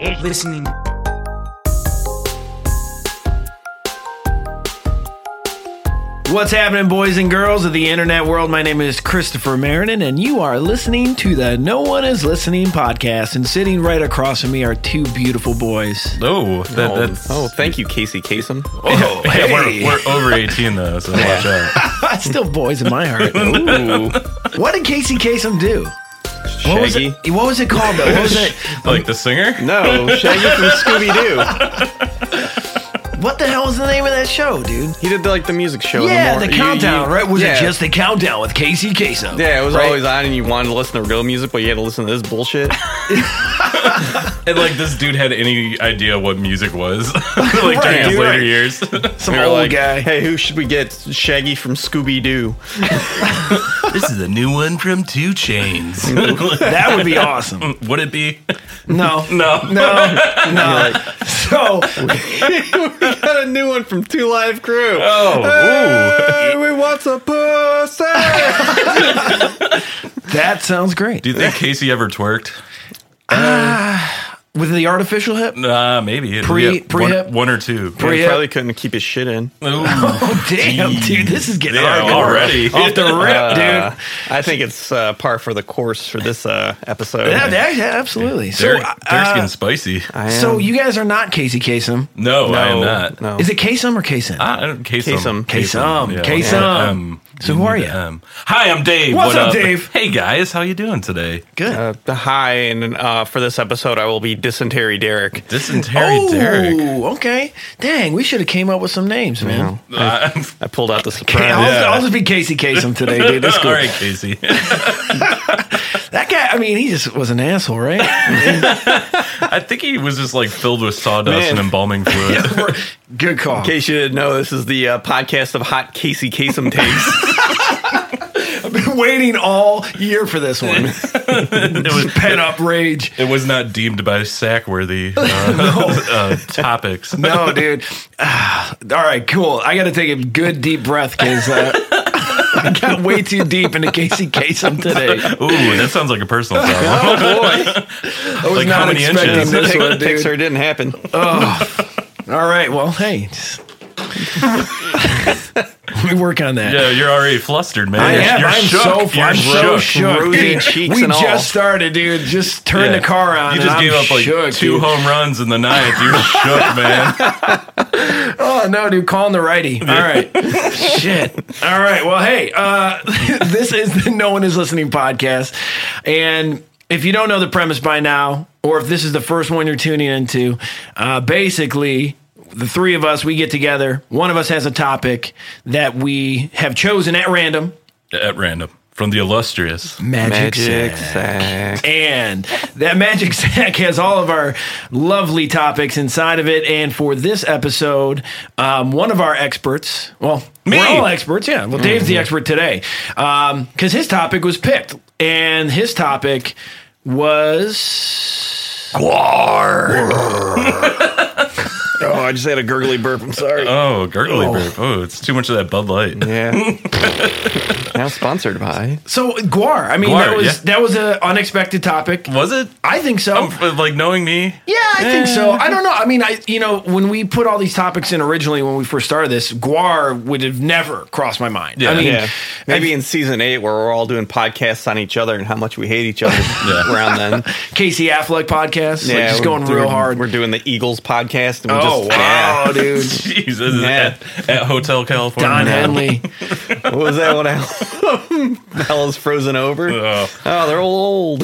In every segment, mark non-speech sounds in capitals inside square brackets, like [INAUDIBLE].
is listening. What's happening, boys and girls of the internet world? My name is Christopher Marinan, and you are listening to the No One Is Listening podcast. And sitting right across from me are two beautiful boys. Oh, that, Oh, that's. oh, thank you, Casey Kasem. Oh, [LAUGHS] Yeah, we're, we're over 18 though, so watch [LAUGHS] out. Still boys in my heart. [LAUGHS] [LAUGHS] Ooh, What did Casey Kasem do? What was, Shaggy. it, what was it called, though? [LAUGHS] What was it? [LAUGHS] Like the singer? No, Shaggy from Scooby Doo. What the hell was the name of that show, dude? He did the, like the music show. Yeah, in the, the mor- countdown, you- you- right? Was yeah. it just the countdown with Casey Kasem? Yeah, it was right? always on, and you wanted to listen to real music, but you had to listen to this bullshit. [LAUGHS] And like this dude had any idea what music was [LAUGHS] like during his dude, later right. [LAUGHS] years. some We were old like, guy. Hey, who should we get? Shaggy from Scooby [LAUGHS] Doo. this is a new one from Two [LAUGHS] Chains. That would be awesome. [LAUGHS] Would [LAUGHS] it be? No, No. no, no. So Got a new one from Two Live Crew. Oh, ooh. Hey, we want some pussy. that sounds great. Do you think Casey ever twerked? With the artificial hip? Nah, maybe. Pre- Yeah, pre-hip? one, one or two. Pre- he probably couldn't keep his shit in. Ooh. Yeah, Oh, damn, dude. This is getting hard. already. Off the rip, [LAUGHS] Uh, dude. I think it's uh, par for the course for this uh, episode. Yeah, yeah, yeah, absolutely. [LAUGHS] So, Derek, Derek's uh, getting spicy. I so am- you guys are not Casey Kasem. No, I am No, not. No. Is it Kasem or Kasem? I I don't Kasem. Kasem. Kasem. uh, Yeah, Kasem. yeah, um, So who are you? um, hi, I'm Dave. What's What up, Dave? Hey guys, how you doing today? Good. Uh, hi, and uh, for this episode, I will be dysentery Derek. Dysentery Oh. [LAUGHS] Derek. okay. Dang, we should have came up with some names, man. Uh, I pulled out the [LAUGHS] Okay, I'll, surprise. Yeah. I'll just be Casey Kasem today, dude. [LAUGHS] That's cool. All right, Casey. That guy, I mean, he just was an asshole, right? [LAUGHS] [LAUGHS] I think he was just like filled with sawdust Man. and [LAUGHS] embalming [LAUGHS] fluid. Good call. In case you didn't know, this is the uh, podcast of hot Casey Kasem takes. I've been waiting all year for this one. [LAUGHS] it [LAUGHS] was pent up rage. it was not deemed [LAUGHS] by Sackworthy uh, [LAUGHS] uh, topics. No, dude. [SIGHS] Ah, all right, cool. I got to take a good deep breath because uh, [LAUGHS] I got way too deep into Casey Kasem today. Ooh, that sounds like [LAUGHS] a personal problem. [LAUGHS] I was Like, how not many expecting inches? this one, dude. Pixar didn't happen. All right, well, hey. [LAUGHS] just- Let me work on that. yeah, you're already flustered, man. I you're, am. you're I'm shook. so, far, You're I'm so shook. shook. Rosy dude. cheeks we and all. just started, dude. Just turn Yeah. the car on. You and just I'm gave up like shook, two dude. home runs in the ninth. [LAUGHS] You're shook, man. Oh no, dude, calling the righty. All right. Shit. All right. Well, hey, uh, [LAUGHS] this is the No One Is Listening podcast. And if you don't know the premise by now, or if this is the first one you're tuning into, uh, basically, the three of us, we get together. One of us has a topic that we have chosen at random. At random from the illustrious. Magic, Magic sack. And that magic [LAUGHS] sack has all of our lovely topics inside of it. And for this episode, um, one of our experts, well, Me. Mm-hmm. we're all experts, yeah. Well, Dave's the expert today because his topic was picked, and his topic was Oh, I just had a gurgly burp. I'm sorry. Oh, gurgly burp. Oh, it's too much of that Bud Light. Yeah. now sponsored by. so guar. I mean, that Guar, was yeah. that was an unexpected topic. Was it? I think so. Um, eh. like knowing [LAUGHS] me, Yeah, I think so. I don't know. I mean, I you know when we put all these topics in originally when we first started this, Guar would have never crossed my mind. I Yeah. mean, Yeah. Maybe in season eight, where we're all doing podcasts on each other and how much we hate each other around then. Casey Affleck podcast, like just we're going doing- real hard. We're doing the Eagles podcast. And we oh just, wow, yeah. dude, Jesus, Yeah. at, at Hotel California. Don Henley. What was that [LAUGHS] one? Bella's frozen over. Oh. Oh, they're all [LAUGHS] old.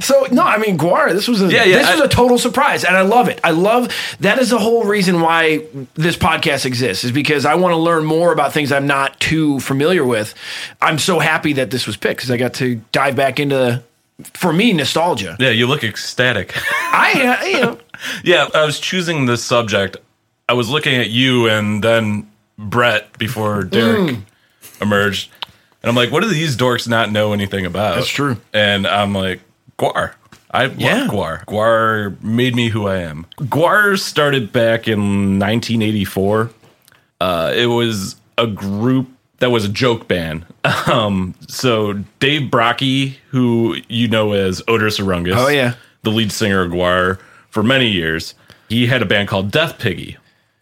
So no, I mean Guar. This was a Yeah, yeah, this I- was a total surprise, and I love it. I love that is the whole reason why this podcast exists is because I want to learn more about things I'm not too familiar with. I'm so happy that this was picked because I got to dive back into for me nostalgia. Yeah, you look ecstatic. I uh, you know, yeah, I was choosing this subject. I was looking at you and then Brett before Derek emerged. And I'm like, what do these dorks not know anything about? That's true. And I'm like, Guar. I Yeah. love Guar. Guar made me who I am. Guar started back in 1984. Uh, it was a group that was a joke band. Um, so Dave Brocky, who you know as Odor Sarungus. Oh, yeah. the lead singer of Guar for many years. He had a band called Death Piggy,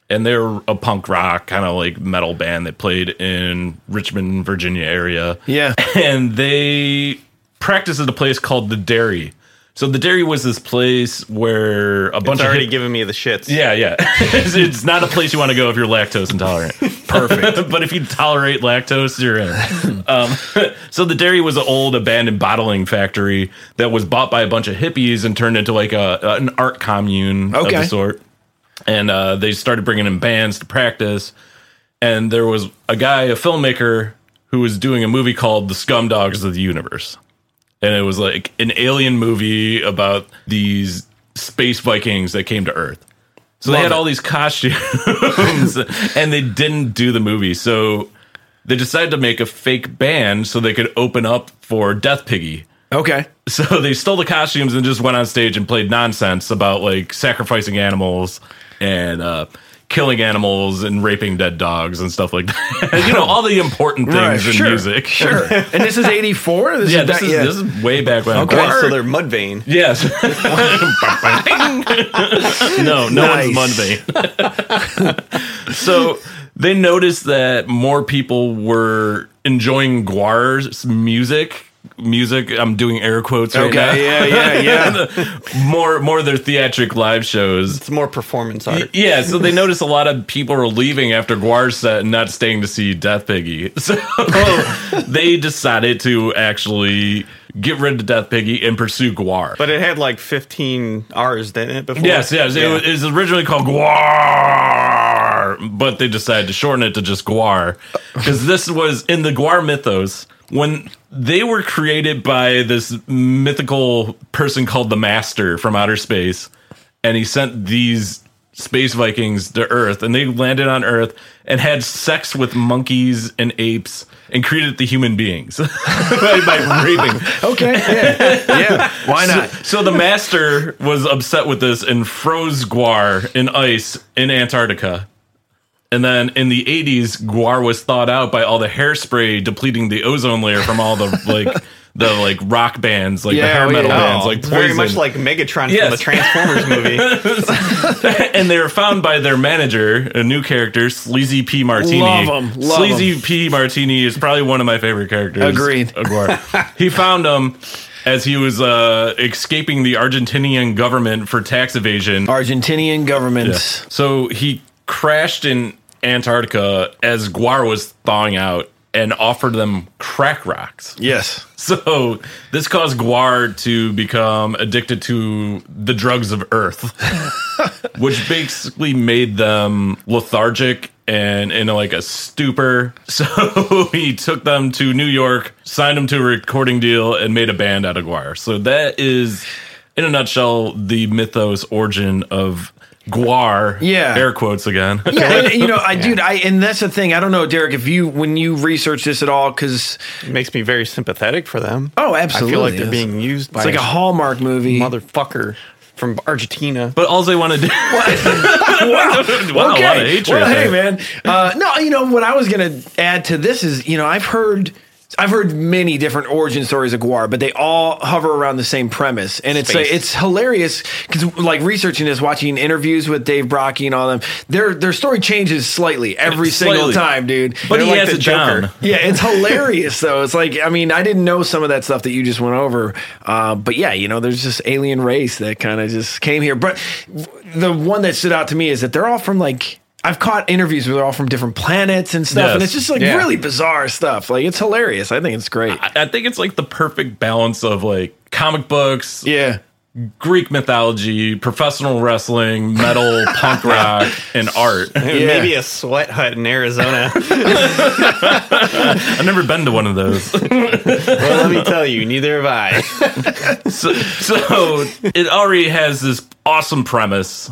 and they're a punk rock kind of like metal band that played in Richmond, Virginia area. Yeah. [LAUGHS] and they practiced at a place called the Dairy. So the Dairy was this place where a bunch It's of already hip- giving me the shits. yeah, yeah. [LAUGHS] it's, it's not a place you want to go if you're lactose intolerant. Perfect. [LAUGHS] but if you tolerate lactose, you're in. Um, [LAUGHS] so the dairy was an old abandoned bottling factory that was bought by a bunch of hippies and turned into like a an art commune of Okay. the sort. And uh, they started bringing in bands to practice. And there was a guy, a filmmaker, who was doing a movie called The Scum Dogs of the Universe and it was like an alien movie about these space Vikings that came to Earth. So they Love had it. all these costumes, [LAUGHS] and they didn't do the movie. So they decided to make a fake band so they could open up for Death Piggy. Okay. So [LAUGHS] they stole the costumes and just went on stage and played nonsense about like sacrificing animals and uh, killing animals and raping dead dogs and stuff like that. [LAUGHS] you know, all the important things Right, in sure, music. Sure. and this is 84? This [LAUGHS] Yeah, is this that- is, yeah. this is way back when. Okay. Wait, so they're Mudvayne. [LAUGHS] Yes. no, no Nice. one's Monday. [LAUGHS] so they noticed that more people were enjoying Guar's music. Music. I'm doing air quotes right now. Okay. Yeah, yeah, [LAUGHS] yeah. more, more of their theatric live shows. It's more performance art. Yeah, so they noticed a lot of people were leaving after Guar's set and not staying to see Death Piggy. [LAUGHS] So Oh. they decided to actually get rid of Death Piggy and pursue Guar. But it had like 15 R's, didn't it? Before? Yes, yes. It, Yeah. was, it was originally called Guar, but they decided to shorten it to just Guar because this was in the Guar mythos when they were created by this mythical person called the Master from outer space, and he sent these space Vikings to Earth, and they landed on Earth and had sex with monkeys and apes and created the human beings [LAUGHS] by, by raping. Okay. [LAUGHS] Yeah. yeah. Why not? So the master was upset with this and froze Guar in ice in Antarctica. And then in the 80s, Guar was thawed out by all the hairspray depleting the ozone layer from all the [LAUGHS] like the like rock bands, like the Yeah, hair oh, metal yeah. bands, like it's very Poison. much [LAUGHS] like Megatron Yes. from the Transformers [LAUGHS] movie. and they were found by their manager, a new character, Sleazy P. Martini. Love 'em, love Sleazy P. Martini is probably one of my favorite characters. Agreed. Aguar. he found him as he was uh, escaping the Argentinian government for tax evasion. Argentinian governments. So he crashed in Antarctica as Guar was thawing out and offered them crack rocks. Yes. [LAUGHS] So this caused Guar to become addicted to the drugs of Earth, [LAUGHS] which basically made them lethargic and in like a stupor. [LAUGHS] So he took them to New York, signed them to a recording deal, and made a band out of Guar. So that is, in a nutshell, the mythos origin of Guar. Yeah. air quotes again. [LAUGHS] Yeah, and, you know, I dude, I and that's the thing. I don't know, Derek, if you when you research this at all, because It makes me very sympathetic for them. Oh, I feel absolutely. like they're being used by it's like [LAUGHS] a Hallmark movie. [LAUGHS] motherfucker from Argentina. But all they want to do. [LAUGHS] Wow, a lot of hatred Well, hey, there. man. Uh, no, you know what I was gonna add to this is you know I've heard. I've heard many different origin stories of Guar, but they all hover around the same premise, and it's Space. it's hilarious because like researching this, watching interviews with Dave Brocky and all them, their their story changes slightly every single Slightly. time, dude. But They're he like has the it Joker. down. Yeah, it's hilarious though. It's like I mean, I didn't know some of that stuff that you just went over, uh, but yeah, you know, there's this alien race that kind of just came here. But the one that stood out to me is that they're all from like I've caught interviews where they're all from different planets and stuff, and Yes. it's just like Yeah. really bizarre stuff. Like it's hilarious. I think it's great. I I think it's like the perfect balance of like comic books, yeah. Greek mythology, professional wrestling, metal, punk rock, and art. I've Maybe a sweat hut in [LAUGHS] Arizona. never been to one of those. well, let me tell you, neither have I. So, so it already has this awesome premise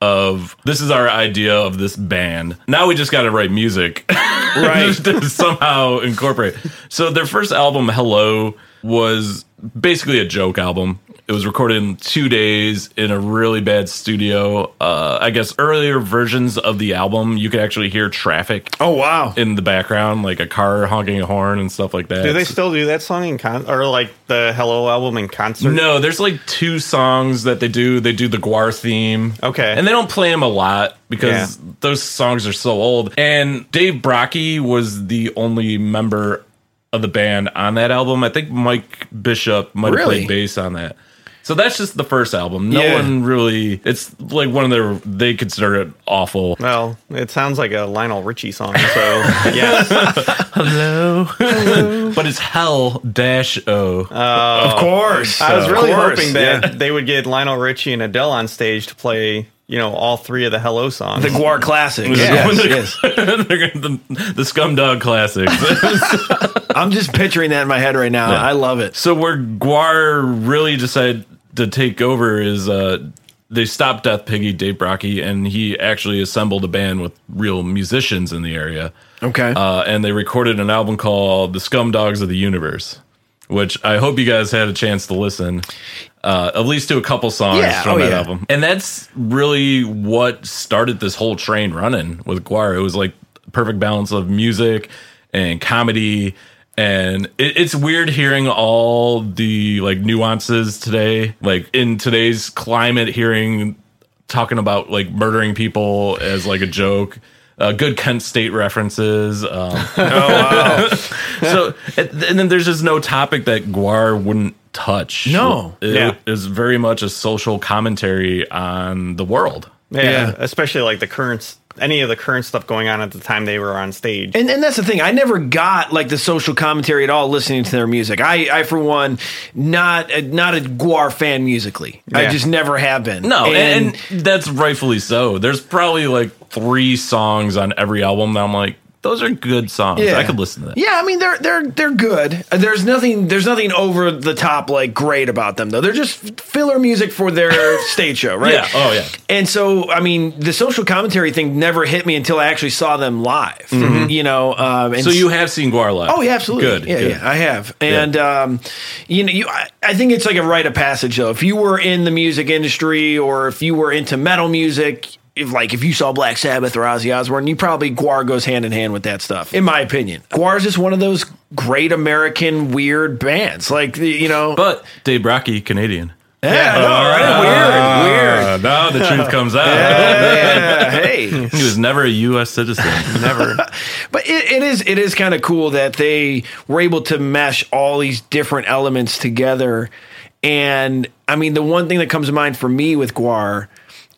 of this is our idea of this band. Now we just got to write music. [LAUGHS] Right. to somehow incorporate. So their first album, Hello, was basically a joke album. It was recorded in two days in a really bad studio. Uh, I guess earlier versions of the album, you could actually hear traffic Oh wow. in the background, like a car honking a horn and stuff like that. Do they still do that song in con or like the Hello album in concert? No, there's like two songs that they do. They do the Guar theme. Okay. And they don't play them a lot because those songs are so old. And Dave Brockie was the only member of the band on that album. I think Mike Bishop might have Really? played bass on that. So that's just the first album. No Yeah. one really. It's like one of their. They consider it awful. Well, it sounds like a Lionel Richie song. [LAUGHS] [LAUGHS] So yes, But it's Hell Dash O. Uh, Of course. I was Of really course. hoping Yeah. that they would get Lionel Richie and Adele on stage to play, you know, all three of the Hello songs. the [LAUGHS] Guar classics. [LAUGHS] When Yes, they're- yes. they're gonna- the, the Scumdog Classics. [LAUGHS] I'm just picturing that in my head right now. I love it. So where Guar really decided to take over is uh, they stopped Death Piggy, Dave Brockie, and he actually assembled a band with real musicians in the area. Okay. Uh, and they recorded an album called The Scum Dogs of the Universe, which I hope you guys had a chance to listen. Uh, at least to a couple songs Yeah, from oh that yeah. album. And that's really what started this whole train running with Guar. It was like perfect balance of music and comedy. And it, it's weird hearing all the like nuances today, like in today's climate, hearing talking about like murdering people as like a joke. Uh, good Kent State references. [LAUGHS] Um, [LAUGHS] so and and then there's just no topic that Guar wouldn't touch. No. it, Yeah. it was very much a social commentary on the world. yeah, Yeah. especially like the current, any of the current stuff going on at the time they were on stage. And, and that's the thing. I never got like the social commentary at all listening to their music. I, I for one, not a, not a Guar fan musically. I Yeah. just never have been. No, and, and that's rightfully so. There's probably like three songs on every album that I'm like, those are good songs. I could listen to that. Yeah, I mean they're they're they're good. Uh, There's nothing there's nothing over the top like great about them though. They're just filler music for [LAUGHS] their stage show, right? Yeah. Oh yeah. And so, I mean, the social commentary thing never hit me until I actually saw them live. You know, um, and Mm-hmm. So you have seen Guar live? Oh yeah, absolutely. Good. Yeah, good. yeah, I have, and um, you know, you, I, I think it's like a rite of passage though. If you were in the music industry, or if you were into metal music, if like if you saw Black Sabbath or Ozzy Osbourne, you probably Guar goes hand in hand with that stuff, in my opinion. Guar's just one of those great American weird bands, like the- you know, But Dave Brockie, Canadian. yeah, no, Ah, right, weird, weird. [LAUGHS] Now the truth comes out. Yeah, hey, [LAUGHS] He was never a U.S. [LAUGHS] citizen. Never. But it, it is it is kind of cool that they were able to mesh all these different elements together. And I mean, the one thing that comes to mind for me with Guar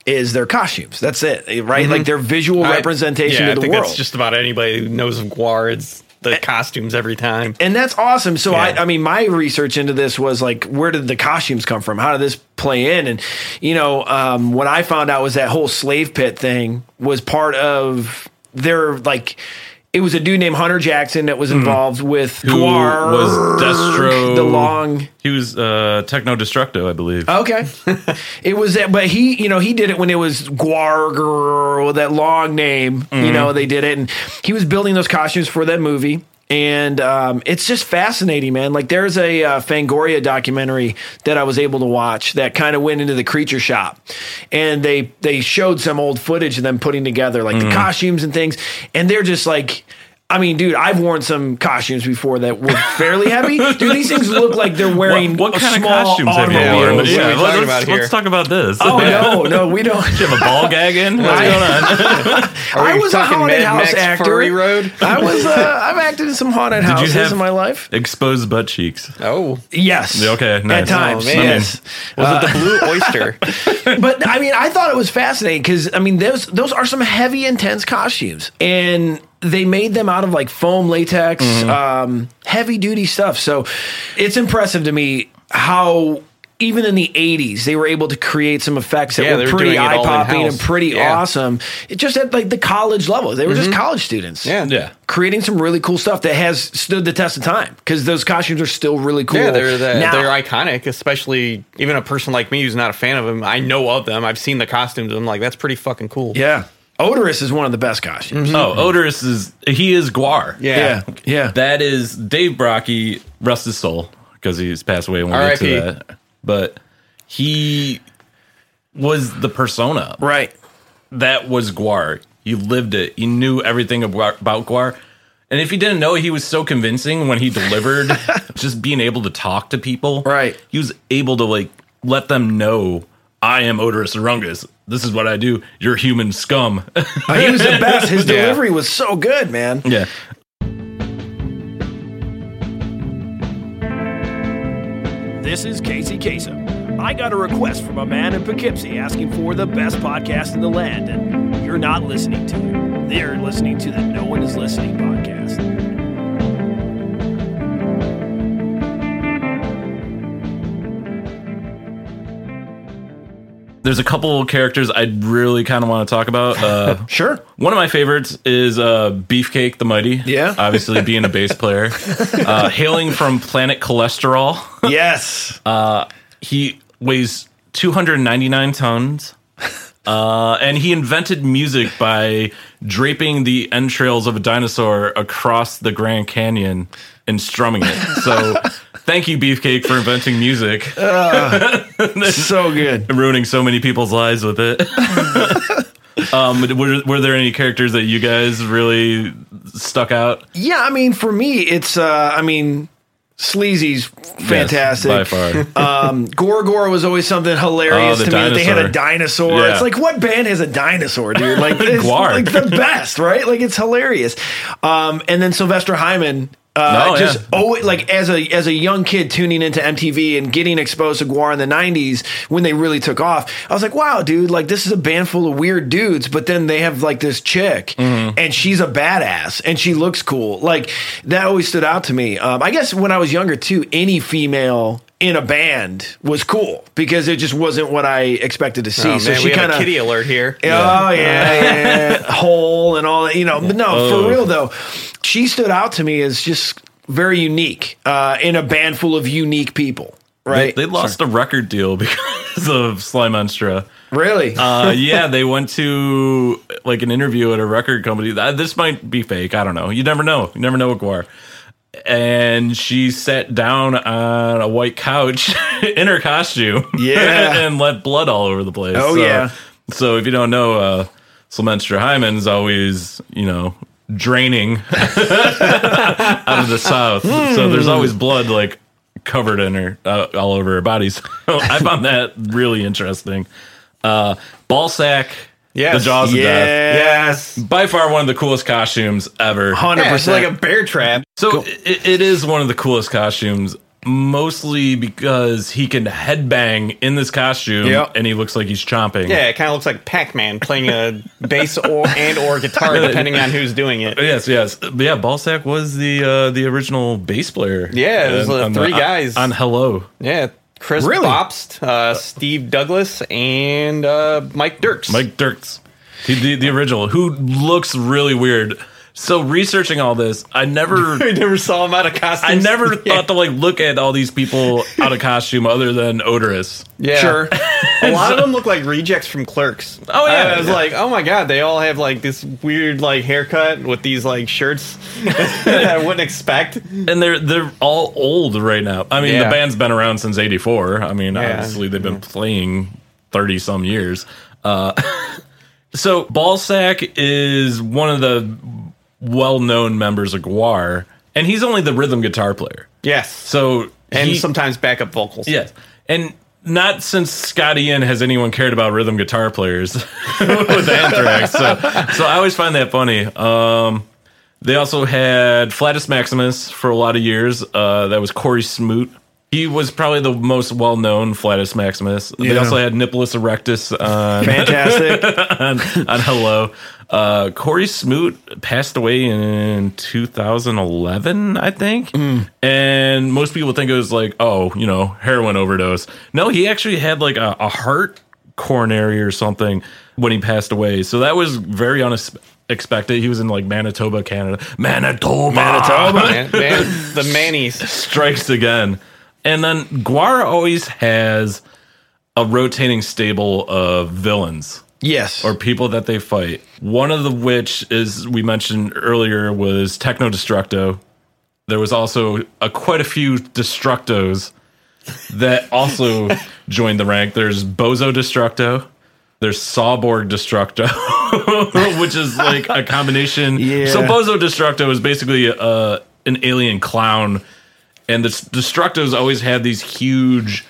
is their costumes. That's it, right? Like their visual representation yeah, of the Mm-hmm. I think world. that's just about anybody who knows of Guar. It's the costumes every time. and that's awesome. So I, I mean, my research into this was like, where did the costumes come from? How did this play in? And you know, um, what I found out was that whole slave pit thing was part of their like. It was a dude named Hunter Jackson that was involved with Hmm. Who Guar, was Destro? the long. He was uh, Techno Destructo, I believe. Okay, it was that, but he, you know, he did it when it was Guar with that long name. You know, they did it, and he was building those costumes for that movie. And um, it's just fascinating, man. Like there's a uh, Fangoria documentary that I was able to watch that kind of went into the creature shop, and they they showed some old footage of them putting together like the costumes and things, and they're just like. I mean, dude, I've worn some costumes before that were fairly heavy. Dude, these things look like they're wearing what kind of small costumes have you automobiles. worn? What are we talking let's, about here? let's talk about this. Oh [LAUGHS] Yeah. [LAUGHS] no, no, we don't. Do you have a ball gag [LAUGHS] in? What's I- going on? I we was a talking haunted Mad house Max actor. Fury Road? I was. Uh, [LAUGHS] I've acted in some haunted houses have- in my life. Exposed butt cheeks. Oh, Yes. Okay, At nice. times, Oh, man. yes. was it the Blue Oyster? but I mean, I thought it was fascinating because I mean, those those are some heavy, intense costumes, and they made them out of like foam, latex, Mm-hmm. um, heavy duty stuff. So it's impressive to me how. Even in the '80s, they were able to create some effects that Yeah, they were were pretty doing it all eye popping in-house. and pretty Yeah. Mm-hmm. awesome. It just at like the college level, they were just college [LAUGHS] students. Yeah. Yeah. creating some really cool stuff that has stood the test of time because those costumes are still really cool. Yeah, they're the, now. they're iconic, especially even a person like me who's not a fan of them. I know of them. I've seen the costumes. I'm like, that's pretty fucking cool. yeah. Odorous is one of the best costumes. Oh, Odorous is he is Guar. Mm, yeah. Yeah, yeah. That is Dave Brockie, rest his soul, because he's passed away. When we get to R.I.P.. that. But he was the persona Right. that was Guar. He lived it. He knew everything about about Guar. And if you didn't know, he was so convincing when he [LAUGHS] delivered, just being able to talk to people. Right. He was able to like let them know I am Odorous Arungus. This is what I do. You're human scum. [LAUGHS] Uh, He was the best. His delivery was so good, man. yeah. This is Casey Kasem. I got a request from a man in Poughkeepsie asking for the best podcast in the land, and you're not listening to it. They're listening to the No One Is Listening podcast. There's a couple of characters I really kind of want to talk [LAUGHS] about. [LAUGHS] Uh, Sure. One of my favorites is uh, Beefcake the Mighty. Yeah. Obviously, being a [LAUGHS] bass player. Uh, hailing from Planet Cholesterol. Yes. Uh, He weighs 299 tons. [LAUGHS] Uh, and he invented music by draping the entrails of a dinosaur across the Grand Canyon and strumming it. So, thank you, Beefcake, for inventing music and so good. ruining so many people's lives with it. um, were, were there any characters that you guys really stuck out? Yeah, I mean, for me, it's uh I mean, Sleazy's fantastic. Yes, by far. Um, Gorgor was always something hilarious Oh, to the me that they had a dinosaur. Yeah. It's like what band has a dinosaur, dude? Like it's [LAUGHS] Guar. like [LAUGHS] the best, right? Like it's hilarious. Um, and then Sylvester Hyman. Uh, Oh, No, just yeah. always like as a as a young kid tuning into MTV and getting exposed to Guar in the '90s when they really took off, I was like, "Wow, dude! Like this is a band full of weird dudes, but then they have like this chick, Mm-hmm. and she's a badass, and she looks cool. Like that always stood out to me. Um, I guess when I was younger too, any female in a band was cool because it just wasn't what I expected to see. Oh, so man, she we kind have a of kitty alert here. Oh yeah, yeah, yeah. [LAUGHS] hole and all that. You know, but no, for Oh. real though, she stood out to me as just very unique uh, in a band full of unique people. Right? They lost a record deal because of Sly Monstra. really? [LAUGHS] uh, yeah, they went to like an interview at a record company. Uh, This might be fake. I don't know. You never know. You never know with Guar. And she sat down on a white couch [LAUGHS] in her costume. Yeah. [LAUGHS] and let blood all over the place. Oh, So- yeah. So if you don't know, uh, Sylvester Hyman's always, you know, draining out of the south. Hmm. So there's always blood like covered in her, uh, all over her body. [LAUGHS] So I found that really interesting. Uh, Ballsack, Yes. the Jaws of Death. Yes. By far one of the coolest costumes ever. Hundred Yeah, it's like percent. a bear trap. So i it is one of the coolest costumes, mostly because he can headbang in this costume Yep. and he looks like he's chomping. Yeah, it kind of looks like Pac-Man playing [LAUGHS] a bass or and or guitar, depending on who's doing it. Yes, yes, but yeah. Ballsack was the uh, the original bass player. Yeah, there's, And uh, on the- three on- guys. on Hello. Yeah, Chris Really? Bobst, uh, Steve Douglas, and uh, Mike Dirks. [LAUGHS] Mike Dirks, the, the the original, who looks really weird. So researching all this, I never. [LAUGHS] I never saw him out of costume. I never thought to like look at all these people out of costume other than Odorous. Yeah. [LAUGHS] Sure. a lot of them look like rejects from Clerks. Oh, yeah. I was like, oh my god, they all have like this weird like haircut with these like shirts [LAUGHS] that I wouldn't expect. And they're they're all old right now. I mean, Yeah. the band's been around since '84. I mean, Yeah. obviously they've been playing thirty some years. Uh, [LAUGHS] so Ballsack is one of the well-known members of Guar, and he's only the rhythm guitar player. Yes, So and he- sometimes backup vocals. Yes. And not since Scott Ian has anyone cared about rhythm guitar players [LAUGHS] with Anthrax. so, so I always find that funny. Um, they also had Flatus Maximus for a lot of years. Uh, that was Corey Smoot. He was probably the most well known Flatus Maximus. They Yeah. also had Nicholas Erectus uh, [LAUGHS] on [LAUGHS] Fantastic. on, on Hello. Uh, Corey Smoot passed away in 2011, I think. And most people think it was like, oh, you know, heroin overdose. No, he actually had like a, a heart coronary or something when he passed away. So that was very unexpected. He was in like Manitoba, Canada. Manitoba! Manitoba! Ah, Man, man, the Mannies. [LAUGHS] strikes again. And then Guar always has a rotating stable of villains yes. or people that they fight. One of the which is we mentioned earlier was Techno Destructo. There was also a, quite a few Destructos [LAUGHS] that also joined the rank. There's Bozo Destructo. There's Sawborg Destructo, [LAUGHS] which is like a combination. Yeah. So Bozo Destructo is basically uh, an alien clown, and the s- Destructos always had these huge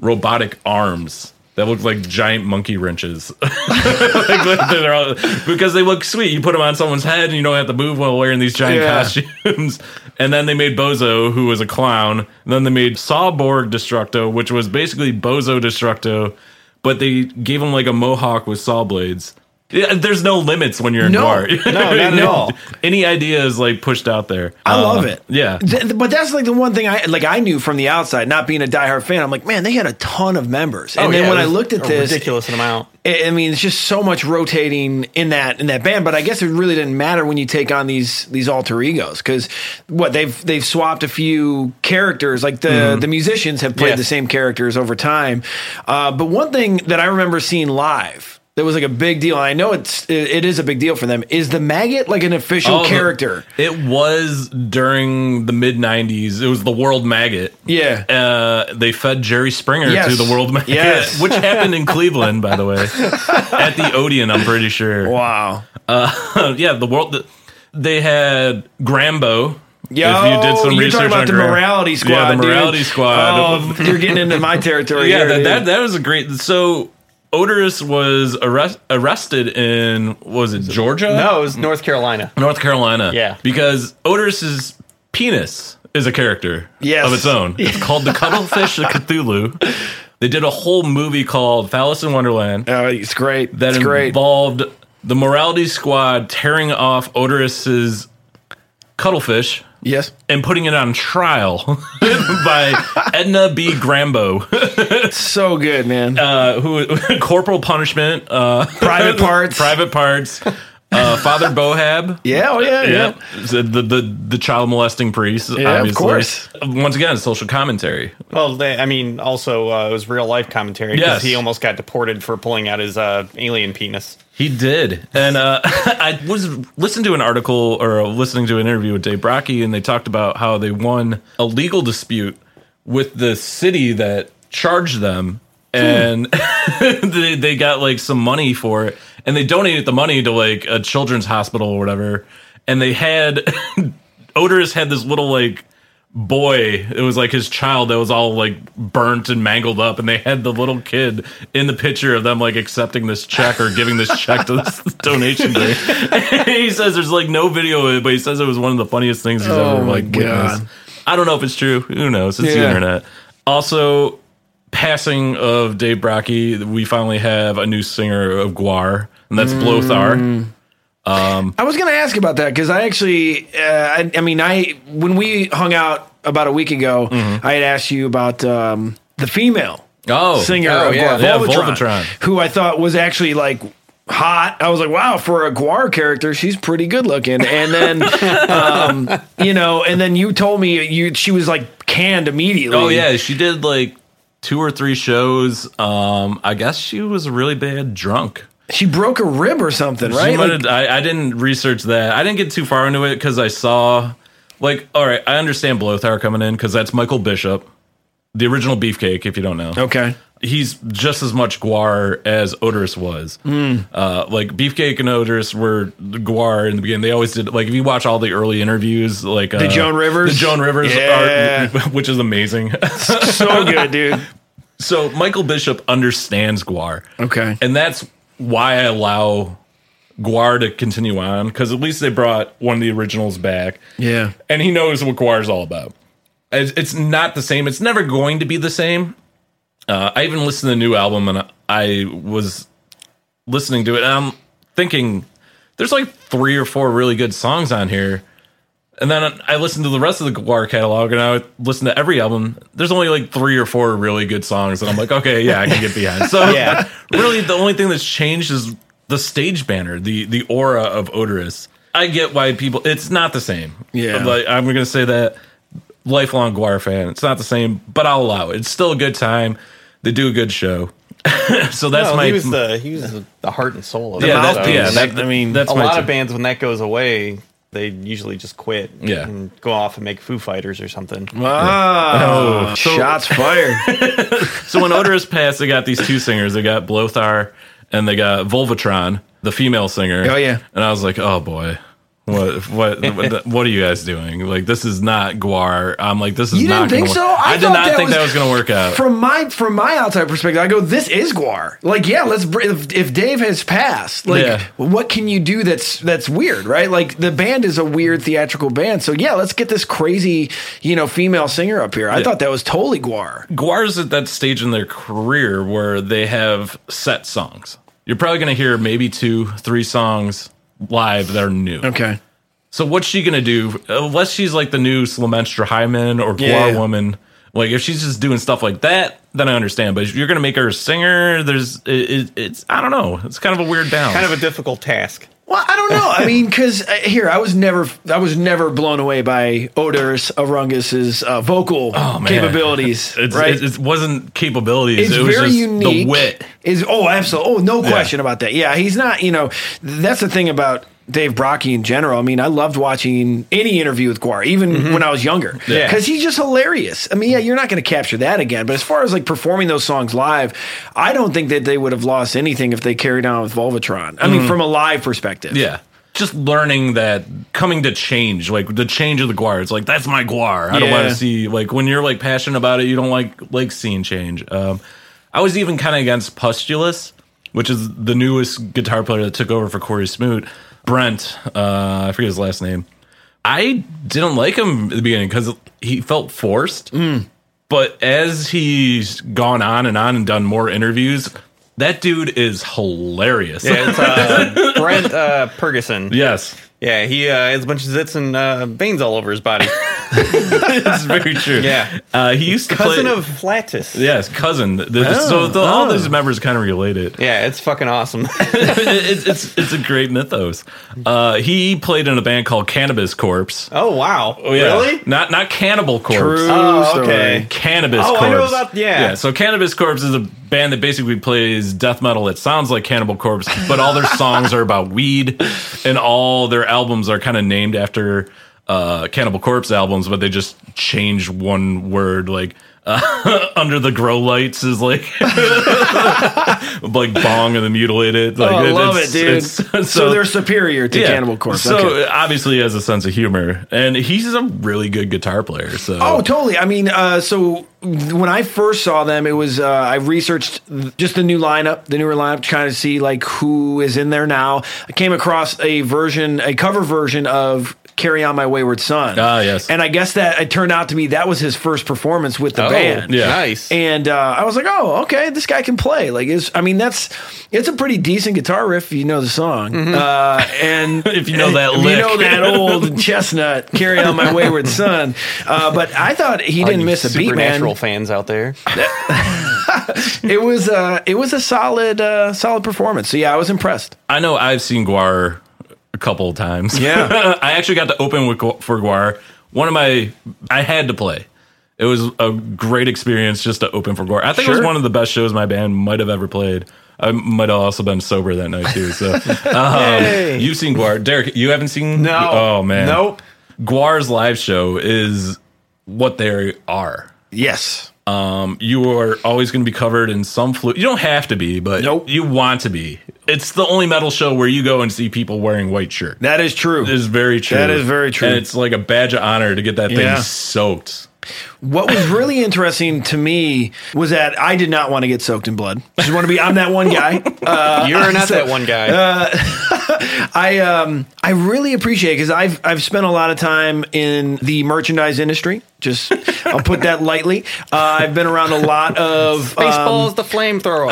robotic arms that look like giant monkey wrenches. [LAUGHS] Like, they're all- because they look sweet. You put them on someone's head, and you don't have to move while wearing these giant Yeah. costumes. [LAUGHS] And then they made Bozo, who was a clown. And then they made Sawborg Destructo, which was basically Bozo Destructo, but they gave him like a mohawk with saw blades. Yeah, there's no limits when you're in No. war. [LAUGHS] No, not at all. Any idea is like pushed out there. I Uh, love it. Yeah. Th- but that's like the one thing I like. I knew from the outside, not being a diehard fan, I'm like, man, they had a ton of members. And Oh, then yeah, when it I was looked at a this, ridiculous amount. I I mean, it's just so much rotating in that in that band. But I guess it really didn't matter when you take on these these alter egos because what they've they've swapped a few characters. Like the Mm-hmm. the musicians have Yes. played the same characters over time. Uh, but one thing that I remember seeing live. That was like a big deal. And I know it's it, it is a big deal for them. Is the maggot like an official Oh, character? It was during the mid '90s. It was the World Maggot. Yeah. uh, they fed Jerry Springer Yes. to the World Maggot, [LAUGHS] Yes. which happened in Cleveland, by the [LAUGHS] way, at the Odeon. I'm pretty sure. Wow. Uh, yeah, the world. The, they had Grambo. Yeah, if you did some you're research talking about on the Gram- morality squad. Yeah, the dude. morality squad. Oh, you're getting into my territory. [LAUGHS] yeah, here, that, dude. that that was a great. So Odorous was arrest, arrested in what was it Georgia? No, Oh, it was North Carolina. North Carolina. Yeah. Because Odoris's penis is a character Yes. of [LAUGHS] its own. It's called the Cuttlefish of Cthulhu. They did a whole movie called Phallus in Wonderland Oh, it's great. that That's great. involved the morality squad tearing off Odoris's cuttlefish yes. and putting it on trial [LAUGHS] by Edna B. Grambo, So good, man. uh, who [LAUGHS] corporal punishment, uh, [LAUGHS] Private Parts. private parts, uh, [LAUGHS] Father Bohab, yeah, oh yeah, yeah. yeah. The, the the the child molesting priest. of obviously. course. Once again, social commentary. Well, they, I mean, also uh, it was real life commentary Yes. because he almost got deported for pulling out his uh, alien penis. He did, and uh, [LAUGHS] I was listening to an article or listening to an interview with Dave Brockie, and they talked about how they won a legal dispute with the city that charged them, Hmm. and [LAUGHS] they they got like some money for it, and they donated the money to like a children's hospital or whatever, and they had [LAUGHS] Odorous had this little like boy it was like his child that was all like burnt and mangled up and they had the little kid in the picture of them like accepting this check or giving this check to [LAUGHS] this donation day [LAUGHS] he says there's like no video of it but he says it was one of the funniest things he's Oh ever my like witnessed God. i don't know if it's true who knows it's the Yeah. internet also passing of dave brockie we finally have a new singer of guar and that's Mm. blothar I was going to ask about that because I actually, uh, I, I mean, I when we hung out about a week ago, I had asked you about um, the female Mm-hmm. oh singer oh, of yeah. Guar, Yeah, Volvatron, Volvatron. who I thought was actually like hot. I was like, wow, for a Guar character, she's pretty good looking. And [LAUGHS] then, um, you know, and then you told me you she was like canned immediately. Oh yeah, she did like two or three shows. Um, I guess she was really bad drunk. she broke a rib or something, She right? might Like- have- I, I didn't research that. I didn't get too far into it because I saw, like, all right, I understand Blothar coming in because that's Michael Bishop, the original Beefcake. If you don't know, okay. he's just as much Guar as Odorous was. Hmm. Uh, like Beefcake and Odorous were Guar in the beginning. They always did. Like if you watch all the early interviews, like uh, the Joan Rivers? the Joan Rivers, Yeah. art, [LAUGHS] which is amazing. [LAUGHS] So good, dude. So Michael Bishop understands Guar. Okay. And that's why I allow Guar to continue on because at least they brought one of the originals back Yeah. and he knows what Guar's all about. It's, it's not the same. It's never going to be the same. Uh, I even listened to the new album and I was listening to it and I'm thinking there's like three or four really good songs on here. And then I listened to the rest of the Guar catalog and I listened to every album. There's only like three or four really good songs. And I'm like, okay, yeah, I can get behind. So Yeah. [LAUGHS] really the only thing that's changed is the stage banner, the, the aura of Odorous. I get why people, it's not the same. Yeah. Like, I'm going to say that lifelong Guar fan. It's not the same, but I'll allow it. It's still a good time. They do a good show. [LAUGHS] so that's No, my Oh, he was the he was the, the heart and soul of yeah, it. that, so- yeah, mouthpiece. that, I I mean, mean, that's a my lot tip. of bands when that goes away, they usually just quit. Yeah. And go off and make Foo Fighters or something. Wow. Oh, so- Shots [LAUGHS] fired. So [LAUGHS] when Odorous passed, they got these two singers. They got Blothar and they got Volvatron, the female singer. Oh, yeah. And I was like, oh boy. What [LAUGHS] what what- what are you guys doing? Like this is not Guar. I'm like this is You didn't not. think gonna so? work. I, did thought not think that was going to work out. From my from my outside perspective, I go, "This is Guar." Like, yeah, let's. br- If, if Dave has passed, like, Yeah. what can you do that's that's weird, right? Like, the band is a weird theatrical band, so yeah, let's get this crazy, you know, female singer up here. I thought that was totally Guar. Guar's at that stage in their career where they have set songs. You're probably going to hear maybe two, three songs live that are new. Okay, So what's she going to do? Unless she's like the new Slamenstra Hyman or Guar Yeah. woman. Like if she's just doing stuff like that, then I understand. But if you're going to make her a singer, there's it, it, it's I don't know. It's kind of a weird down. Kind of a difficult task. Well, I don't know. I mean, because here I was never, I was never blown away by Odorous Arungus's uh, vocal Oh, man. capabilities. it's, right? it, it wasn't capabilities. It's it was very just unique. the wit. Is oh, absolutely. Oh, no question about that. Yeah, he's not. You know, that's the thing about Dave Brocky in general. I mean, I loved watching any interview with Guar, even Mm-hmm. when I was younger, because Yeah. he's just hilarious. I mean, yeah, you're not going to capture that again. But as far as like performing those songs live, I don't think that they would have lost anything if they carried on with Volvatron. I mean, from a live perspective. Mm-hmm. Yeah. Just learning that coming to change, like the change of the guar. It's like that's my guar. I don't want Yeah. to see like when you're like passionate about it, you don't like like seeing change. Um, I was even kind of against Pustulus, which is the newest guitar player that took over for Corey Smoot. Brent, uh, I forget his last name. I didn't like him at the beginning because he felt forced. But as he's gone on and on and done more interviews, that dude is hilarious. Yeah, it's uh, [LAUGHS] Brent uh, Ferguson. [LAUGHS] yes. Yeah, he uh, has a bunch of zits and uh, veins all over his body. [LAUGHS] That's very true. Yeah. Uh, he used to Cousin play, of Oh, Flatus. yes, cousin. The- the- so the- all these members kind of related. [LAUGHS] Yeah, it's fucking awesome. [LAUGHS] it's, it's it's a great mythos. Uh, he played in a band called Cannabis Corpse. [LAUGHS] oh wow, Yeah. really? Not not Cannibal Corpse. True Oh, story. okay. Cannabis Oh, Corpse. I know about- yeah. So Cannabis Corpse is a band that basically plays death metal that sounds like Cannibal Corpse, but all their songs are about weed, and all their albums are kind of named after uh, Cannibal Corpse albums, but they just change one word, like. [LAUGHS] Uh, under the grow lights is like [LAUGHS] like bong and the mutilated. Like Oh, I love it's- it, dude. it's- [LAUGHS] so, they're superior to Cannibal Corpse. so Okay. obviously he has a sense of humor, and he's a really good guitar player. So Oh, totally. I mean, uh, so when I first saw them, it was uh, I researched just the new lineup, the newer lineup, trying to see like who is in there now. I came across a version, a cover version of "Carry On My Wayward Son." Ah, yes. And I guess that it turned out to be that was his first performance with the Oh, band. Yeah. nice. And uh, I was like, oh, okay, this guy can play. Like, it's, I mean, that's it's a pretty decent guitar riff if you know the song, uh, and [LAUGHS] If you know that if you lick. know that old chestnut, carry on my wayward son. Uh, but I thought he didn't You miss a beat, man. Supernatural fans out there. It was uh, it was a solid uh, solid performance. So yeah, I was impressed. I know I've seen Guar a couple of times. Yeah. [LAUGHS] I actually got to open with Gu- for Guar. One of my I had to play. It was a great experience just to open for Guar. I think it was Sure. one of the best shows my band might have ever played. I might have also been sober that night too. [LAUGHS] So um, you've seen Guar, Derek. You haven't seen? No. Oh man. Nope. Guar's live show is what they are. Yes. Um, you are always going to be covered in some flu. You don't have to be, but Nope. you want to be. It's the only metal show where you go and see people wearing white shirt. That is true. That is very true. That is very true. And it's like a badge of honor to get that thing Yeah. soaked. What was really interesting to me was that I did not want to get soaked in blood. Just want to be. I'm that one guy. Uh, You're not that one guy. I um I really appreciate because I've I've spent a lot of time in the merchandise industry. Just I'll put that lightly. Uh, I've been around a [LAUGHS] lot of um, uh, Baseball's the [LAUGHS] flamethrower.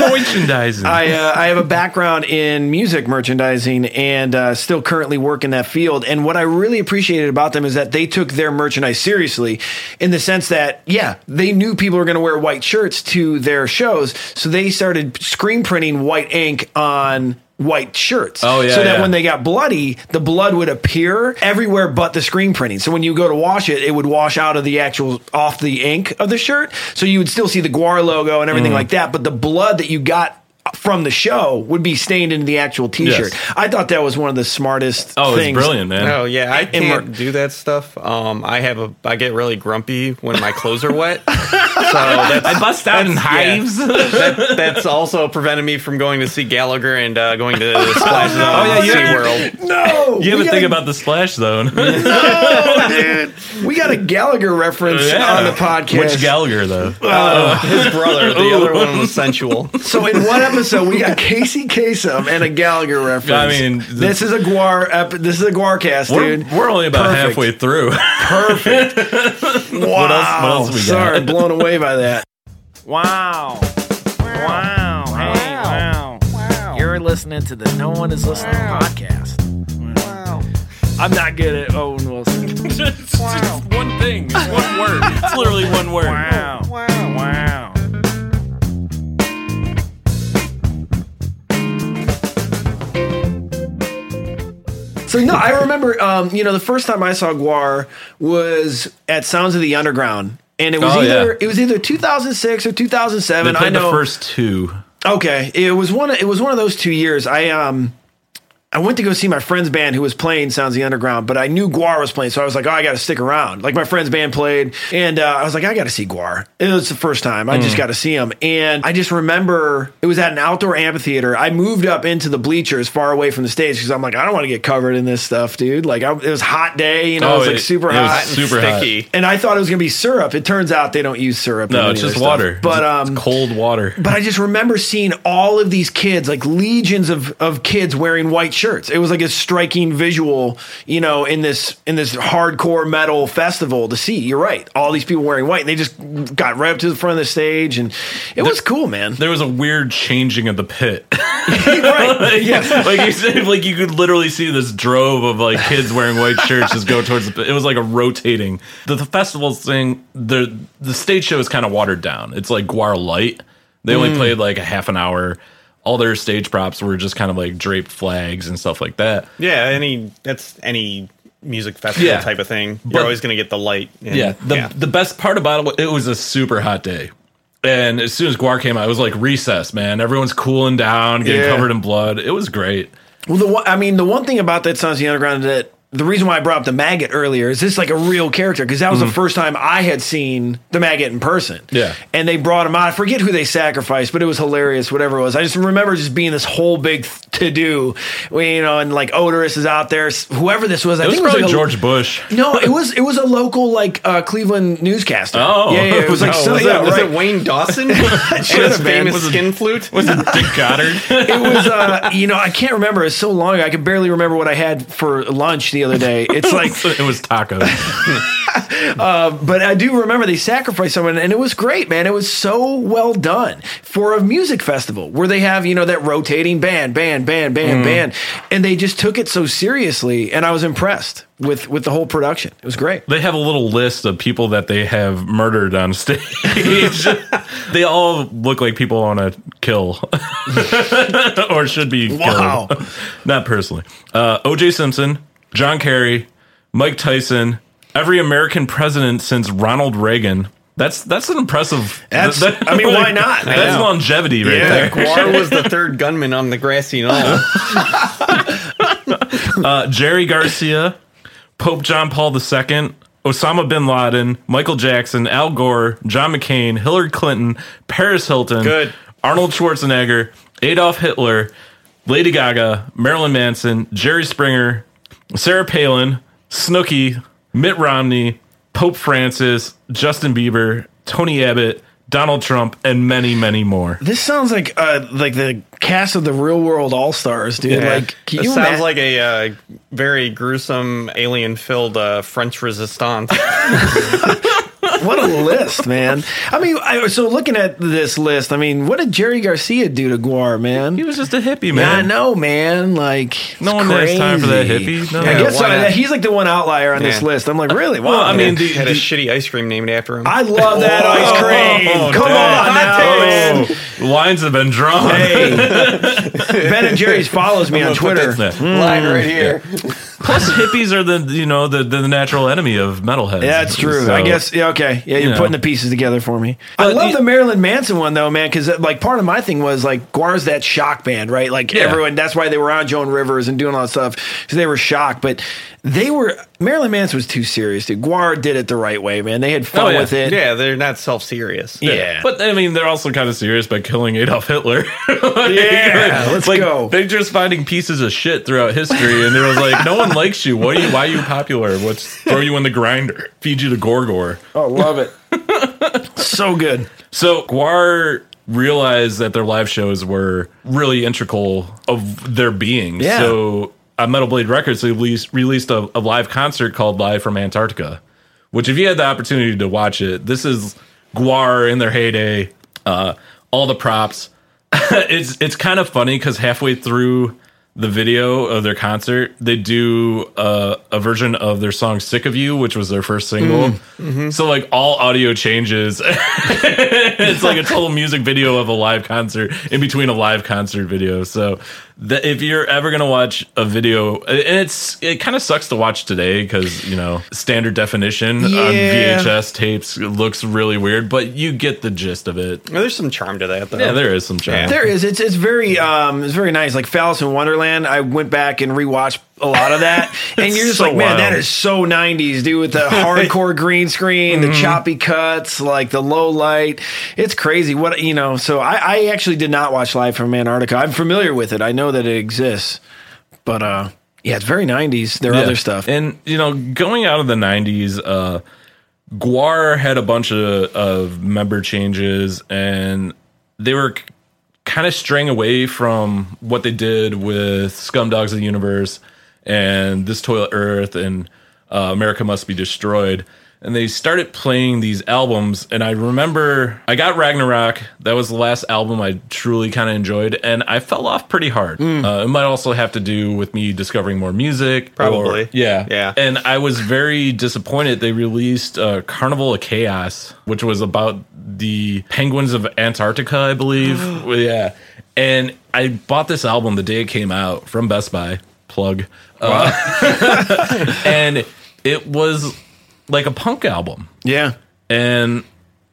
Merchandising. I, uh, I have a background in music merchandising and uh, still currently work in that field. And what I really appreciated about them is that they took their merchandise seriously in the sense that, yeah, they knew people were going to wear white shirts to their shows. So they started screen printing white ink on white shirts. Oh, yeah, So that yeah. when they got bloody, the blood would appear everywhere but the screen printing. So when you go to wash it, it would wash out of the actual off Mm. the ink of the shirt. So you would still see the Guar logo and everything like that, but the blood that you got from the show would be stained into the actual T-shirt. Yes. I thought that was one of the smartest. Oh, things. it's brilliant, man. Oh yeah, I And- and can't we're- do that stuff. Um, I have a I get really grumpy when my clothes are [LAUGHS] wet. so that's, I bust out in hives. That's- that, that's also prevented me from going to see Gallagher and uh, going to [LAUGHS] Splash Zone Oh, yeah, you SeaWorld. No, we [LAUGHS] You have to gotta- think about the splash [LAUGHS] zone. We got a Gallagher reference Yeah. uh, on the podcast. Which Gallagher though? His brother, the other one was sensual. so in one episode, we got Casey Kasem and a Gallagher reference. [LAUGHS] I mean, this is a Guar. Ep- this is a Guarcast, We're, dude. we're only about Perfect. halfway through. [LAUGHS] Wow. What else- what else we got? [LAUGHS] Sorry, blown away by that. Wow. Wow. Hey, wow. Wow. You're listening to the No One Is Listening podcast. Wow. I'm not good at Owen Wilson. it's just one thing. It's one word. It's literally one word. Wow. Wow. Wow. So no, I remember. Um, you know, the first time I saw Guar was at Sounds of the Underground. And it was Oh, either yeah. it was either 2006 or 2007. They I played know the first two. Okay, it was one. It was one of those two years. I um, I went to go see my friend's band who was playing Sounds of the Underground, but I knew Guar was playing, so I was like, oh, I got to stick around. Like my friend's band played, and uh, I was like, I got to see Guar. It was the first time. I just Hmm. got to see him, and I just remember it was at an outdoor amphitheater. I moved up into the bleachers, far away from the stage, because I'm like, I don't want to get covered in this stuff, dude. Like I, it was hot day, you know, it was like super Oh, it was hot. [LAUGHS] super hot. Sticky. and I thought it was gonna be syrup. It turns out they don't use syrup. in No, any it's of their just stuff. water. But It's- um, it's cold water. but I just remember seeing all of these kids, like legions of of kids wearing white shirts. It was like a striking visual, you know, in this in this hardcore metal festival to see. You're right, all these people wearing white, and they just got right up to the front of the stage, and it was cool, man. There was a weird changing of the pit. [LAUGHS] right? Yes. like you said, like you could literally see this drove of like kids wearing [LAUGHS] white shirts just go towards the. pit. It was like a rotating. The, the festival thing, the the stage show is kind of watered down. It's like Guar Light. They only played like a half an hour. All their stage props were just kind of like draped flags and stuff like that. Yeah, any that's any music festival Yeah. type of thing. You're But- always gonna get the light. and- Yeah. The the best part about it, wa- it was a super hot day. And as soon as Guar came out, it was like recess, man. Everyone's cooling down, getting Yeah. covered in blood. It was great. Well, the one, I mean, the one thing about that Sons of the Underground is that the reason why I brought up the maggot earlier is this like a real character because that was the first time I had seen the maggot in person. Mm-hmm. Yeah. and they brought him out. I forget who they sacrificed, but it was hilarious. Whatever it was, I just remember just being this whole big to do, you know, and like Odorous is out there. S- Whoever this was, I It was think it was probably like a- George Bush. No, it was it was a local like uh, Cleveland newscaster. Oh. yeah, yeah, it [LAUGHS] was like Oh, so, was, yeah, it, was right. it Wayne [LAUGHS] Dawson? and should've his been. famous Was it- skin flute? Was [LAUGHS] it Dick Goddard? it was uh, you know I can't remember. It's so long ago. I can barely remember what I had for lunch the other day. It's like [LAUGHS] it was tacos. Uh, but I do remember they sacrificed someone, and it was great, man. It was so well done for a music festival where they have you know that rotating band, band, band, band, band, and they just took it so seriously, and I was impressed with with the whole production. It was great. They have a little list of people that they have murdered on [LAUGHS] stage. they all look like people on a kill [LAUGHS] or should be Wow. killed. [LAUGHS] Not personally. Uh, OJ Simpson, John Kerry, Mike Tyson, every American president since Ronald Reagan. That's that's an impressive. [LAUGHS] That's- I mean, why not? I That's know. longevity right Yeah. there. Guar was the third gunman on the grassy [LAUGHS] knoll. Uh, Jerry Garcia, Pope John Paul II, Osama bin Laden, Michael Jackson, Al Gore, John McCain, Hillary Clinton, Paris Hilton, Good. Arnold Schwarzenegger, Adolf Hitler, Lady Gaga, Marilyn Manson, Jerry Springer, Sarah Palin, Snooki, Mitt Romney, Pope Francis, Justin Bieber, Tony Abbott, Donald Trump, and many, many more. This sounds like uh, like the cast of the Real World All Stars, dude. Like, can it you sounds ima- like a uh, very gruesome alien-filled uh, French resistance. [LAUGHS] what a list, man? I mean, I, so looking at this list, I mean, what did Jerry Garcia do to Guar, man? He was just a hippie, Yeah, I man. know, man. Like, No it's one has time for that crazy. hippie. No. I Yeah, guess so. why not? He's like the one outlier on this Yeah. list. I'm like, really? Wow. Uh, Well, I man. mean, the, Had a the- shitty ice cream named after him. I love that ice cream. Oh, Come damn. on, now. Oh, lines have been drawn. [LAUGHS] [LAUGHS] Hey, Ben and Jerry's follows me on Twitter. Hmm. Yeah. line right here. Plus, hippies are the you know the the natural enemy of metalheads. Yeah, it's true. So- I guess. Yeah, okay. Yeah, you're know. putting the pieces together for me. I But love you- the Marilyn Manson one though, man, because like part of my thing was like Guar's that shock band, right? Like Yeah. everyone. That's why they were on Joan Rivers and doing all that stuff because they were shocked. But they were Marilyn Manson was too serious. Dude, Guar did it the right way, man. They had fun Oh, yeah. with it. Yeah, they're not self serious. Yeah. But I mean, they're also kind of serious by killing Adolf Hitler. [LAUGHS] Like, Yeah, let's like, go. They're just finding pieces of shit throughout history, and it was like, no one likes you. Why are you? Why are you popular? What's throw you in the grinder? Feed you to Gorgor. Oh, love it. [LAUGHS] so good. So Guar realized that their live shows were really integral of their being. Yeah. So at Metal Blade Records, they released, released a, a live concert called Live from Antarctica, which if you had the opportunity to watch it, this is Guar in their heyday, uh, all the props. [LAUGHS] it's it's kind of funny because halfway through the video of their concert, they do uh, a version of their song "Sick of You," which was their first single. So like all audio changes. it's like a total music video of a live concert in between a live concert video. So th- if you're ever gonna watch a video, and it's it kind of sucks to watch today because you know standard definition on Yeah. VHS tapes looks really weird, but you get the gist of it. There's some charm to that, though. Yeah, there is some charm. There is. It's it's very um it's very nice. Like Phallus in Wonderland, I went back and rewatched a lot of [LAUGHS] that, and you're just so like, man, wild. that is so '90s, dude. With the [LAUGHS] hardcore green screen, Mm-hmm. the choppy cuts, like the low light, it's crazy. What you know? So I, I actually did not watch Live from Antarctica. I'm familiar with it. I know that it exists, but uh, yeah, it's very '90s. Their Yeah. other stuff. And you know, going out of the '90s, uh, Guar had a bunch of, of member changes, and they were kind of straying away from what they did with Scumdogs of the Universe and This Toilet Earth and uh, America Must Be Destroyed. And they started playing these albums, and I remember I got Ragnarok. That was the last album I truly kind of enjoyed, and I fell off pretty hard. Mm. Uh, it might also have to do with me discovering more music, or- Probably. yeah, Yeah. And I was very disappointed. They released uh, Carnival of Chaos, which was about the penguins of Antarctica, I believe. yeah. And I bought this album the day it came out from Best Buy. Plug. Uh, [LAUGHS] and it was like a punk album yeah. and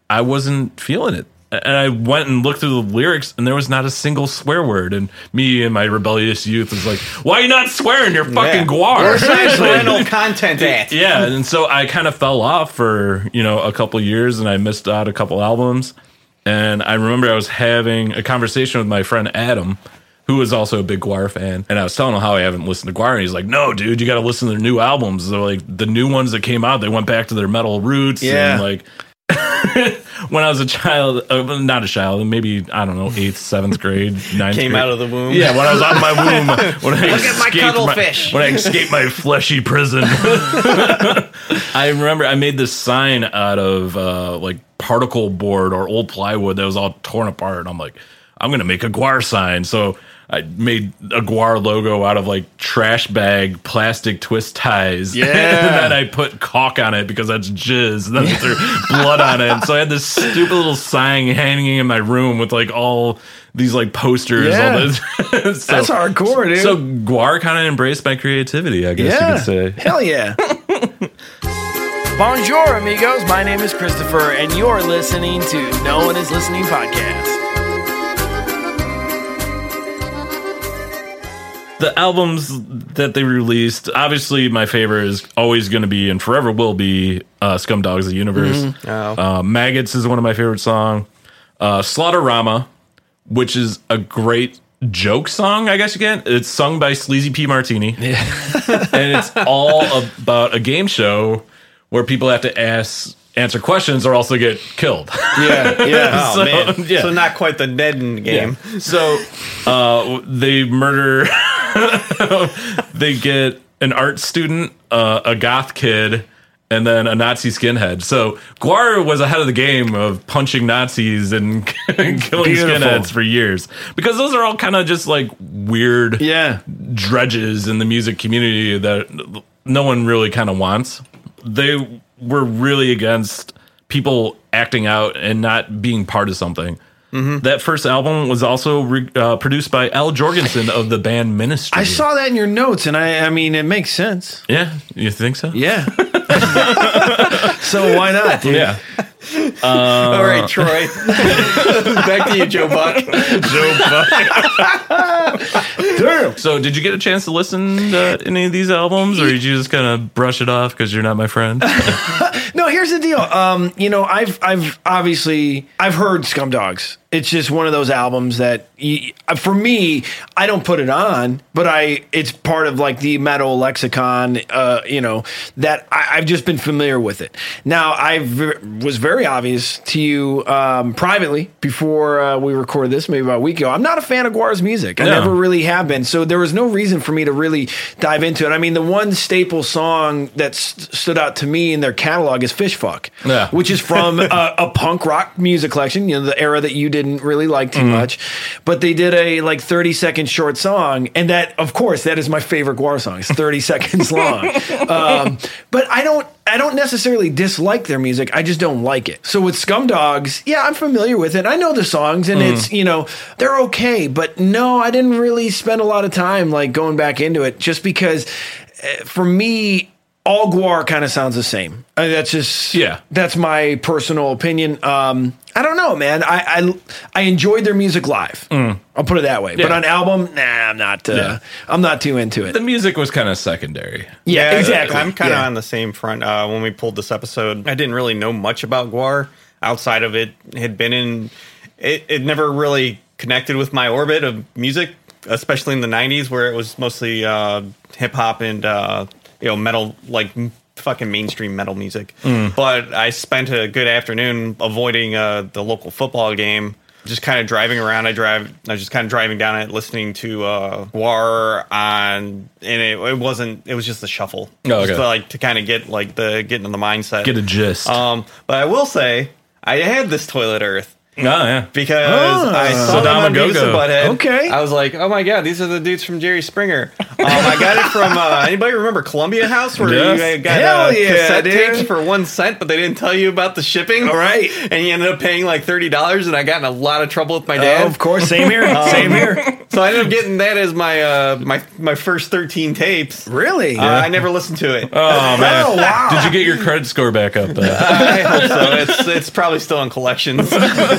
I wasn't feeling it. And I went and looked through the lyrics, and there was not a single swear word. And me and my rebellious youth was like, "Why are you not swearing? You're fucking guar." Parental content at. [LAUGHS] yeah, and so I kind of fell off for you know a couple years, and I missed out a couple albums. And I remember I was having a conversation with my friend Adam, who was also a big Guar fan, and I was telling him how I haven't listened to Guar, and he's like, "No, dude, you got to listen to their new albums. They're like the new ones that came out. They went back to their metal roots. Yeah. and like." [LAUGHS] when I was a child, uh, well, not a child, maybe I don't know, eighth, seventh grade, ninth Came grade. out of the womb. Yeah, when I was out of [LAUGHS] my womb, when I at my escaped cuttlefish. when I escaped my fleshy prison. [LAUGHS] I remember I made this sign out of uh, like particle board or old plywood that was all torn apart, and I'm like, I'm gonna make a guar sign. So I made a guar logo out of like trash bag plastic twist ties. [LAUGHS] Yeah. and then I put caulk on it because that's jizz. And then I threw blood on it. And so I had this stupid little sign hanging in my room with like all these like posters. Yeah. All this. [LAUGHS] So- That's hardcore, dude. so Guar kind of embraced my creativity, I guess you could say. Hell [LAUGHS] yeah. Bonjour, amigos. My name is Christopher, and you're listening to No One Is Listening podcast. The albums that they released, obviously, my favorite is always going to be and forever will be uh, Scum Dogs of the Universe. Mm-hmm. Oh. Uh, Maggots is one of my favorite song. Uh, Slaughterama, which is a great joke song, I guess you can. It's sung by Sleazy P. Martini. [LAUGHS] and it's all about a game show where people have to ask answer questions or also get killed. Yeah, [LAUGHS] yeah. Oh, So, man. yeah. So, not quite the Nedden game. [LAUGHS] Yeah. [LAUGHS] So uh, they murder. [LAUGHS] they get an art student, uh, a goth kid, and then a Nazi skinhead. So Guar was ahead of the game of punching Nazis and [LAUGHS] killing skinheads for years because those are all kind of just like weird yeah. dredges in the music community that no one really kind of wants. They were really against people acting out and not being part of something. That first album was also re- uh, produced by Al Jorgensen of the band Ministry. I saw that in your notes, and I, I mean, it makes sense. Yeah, you think so? Yeah. [LAUGHS] so why not, dude? Yeah. All Uh, right, [LAUGHS] Troy. Back to you, Joe Buck. Joe Buck. Damn. so, did you get a chance to listen to any of these albums, or did you just kind of brush it off because you're not my friend? No, here's the deal. Um, you know, I've I've obviously I've heard Scum Dogs. It's just one of those albums that y uh, for me, I don't put it on, but I it's part of like the metal lexicon. Uh, you know that I, I've just been familiar with it. Now I was very obvious to you um, privately before uh, we recorded this, maybe about a week ago. I'm not a fan of Guar's music. I No. never really have been. So there was no reason for me to really dive into it. I mean, the one staple song that st- stood out to me in their catalog is Fish Fuck, Yeah. which is from a, a punk rock music collection, you know, the era that you didn't really like too much. But they did a like 30 second short song. And that, of course, that is my favorite Guar song. It's 30 seconds long. Um, but I don't. I don't necessarily dislike their music. I just don't like it. So with Scum Dogs, yeah, I'm familiar with it. I know the songs and it's, you know, they're okay, but no, I didn't really spend a lot of time like going back into it just because eh, for me all guar kind of sounds the same. I mean, that's just Yeah. That's my personal opinion. Um I don't know, man. I I, I enjoyed their music live. I'll put it that way. But Mm. Yeah. on album, nah, I'm not uh, Yeah. I'm not too into it. the music was kind of secondary. Yeah, exactly. I'm kind of Yeah. on the same front. Uh, when we pulled this episode, I didn't really know much about Guar outside of it had been in. It, it never really connected with my orbit of music, especially in the '90s, where it was mostly uh, hip hop and uh, you know metal, like m- fucking mainstream metal music. Mm. But I spent a good afternoon avoiding uh, the local football game. Just kind of driving around, I drive. I was just kind of driving down it, listening to uh, Guar on, and it, it wasn't. It was just the shuffle. Oh, okay. Just to, like to kind of get like the get into the mindset. Get a gist. oh um, but I will say I had this toilet Earth Oh, yeah. because I saw them Sodom on and Beavis and Go-Go. Butthead. Ah, Okay. I was like, oh my god, these are the dudes from Jerry Springer. Um, I got it from uh, [LAUGHS] anybody remember Columbia House where Yes. you got Hell uh, yeah, cassette dude. tapes for one cent, but they didn't tell you about the shipping. All right. and you ended up paying like thirty dollars, and I got in a lot of trouble with my dad. Oh, of course, same [LAUGHS] here. same Um, here. So I ended up getting that as my uh, my my first thirteen tapes. Really? Uh, I never listened to it. [LAUGHS] Oh man. oh [LAUGHS] wow. Did you get your credit score back up? Uh, I hope [LAUGHS] so. It's it's probably still in [LAUGHS] collections.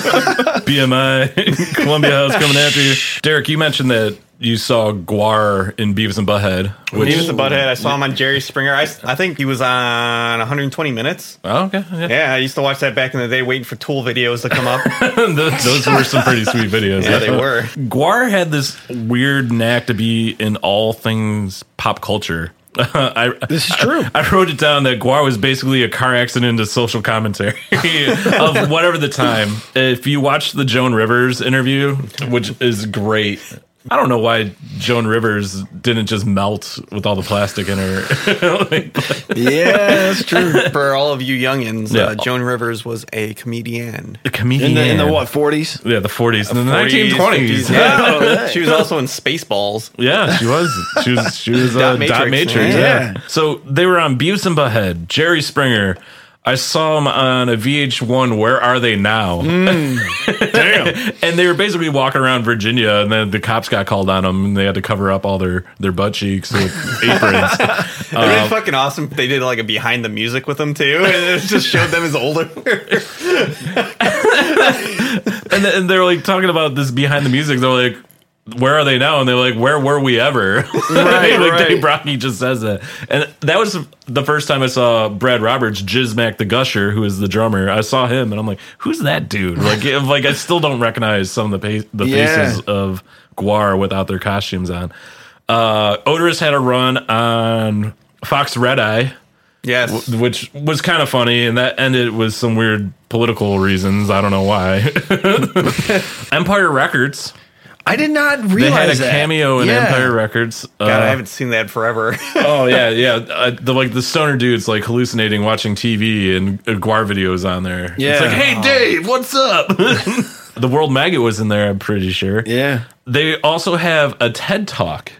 BMI, Columbia House coming after you. Derek, you mentioned that you saw Guar in Beavis and Butthead. Which, He was the butthead. I saw him on Jerry Springer. I, I think he was on 120 Minutes. Oh, okay. Yeah. [LAUGHS] Yeah, I used to watch that back in the day, waiting for Tool videos to come up. those, those were some pretty sweet videos. Yeah, they were. Guar had this weird knack to be in all things pop culture. [LAUGHS] I, This is true. I wrote it down that Guar was basically a car accident into social commentary [LAUGHS] of whatever the time. If you watch the Joan Rivers interview, which is great. I don't know why Joan Rivers didn't just melt with all the plastic in her. [LAUGHS] Like, yeah, that's true. [LAUGHS] for all of you youngins, Yeah. uh, Joan Rivers was a comedian. the comedian In the in the what forties? Yeah, the 40s, the 40s, 1920s. 50s. Yeah. Oh, Yeah. she was also in Spaceballs. Yeah, she was. She was. She was uh, Dot dot matrix. Matrix, man. yeah. Yeah. So they were on Beavis and Butthead. Jerry Springer. I saw him on a VH1. Where are they now? [LAUGHS] Damn. and they were basically walking around Virginia, and then the cops got called on them, and they had to cover up all their their butt cheeks with aprons. [LAUGHS] Oh. It'd been fucking awesome. if They did like a behind the music with them too, and it just showed them as older. [LAUGHS] and, th- and they're like talking about this behind the music. They're like, where are they now? And they're like, where were we ever? [LAUGHS] Right, like Dave Brocky just says that. And that was the first time I saw Brad Roberts, Jizmac the Gusher, who is the drummer. I saw him and I'm like, who's that dude? Like, if, like I still don't recognize some of the, pa- the Yeah. faces of Guar without their costumes on. Uh, Odorous had a run on Fox Red Eye Yes, which was kind of funny, and that ended with some weird political reasons. I don't know why. [LAUGHS] Empire Records. I did not They had a realize that. cameo in Yeah. Empire Records. Uh, God, I haven't seen that forever. oh yeah, yeah. Uh, the like the stoner dude's like hallucinating, watching TV, and uh, Guar videos on there. Yeah. it's like, hey Dave, what's up? [LAUGHS] the World Maggot was in there. I'm pretty sure. Yeah. They also have a TED Talk.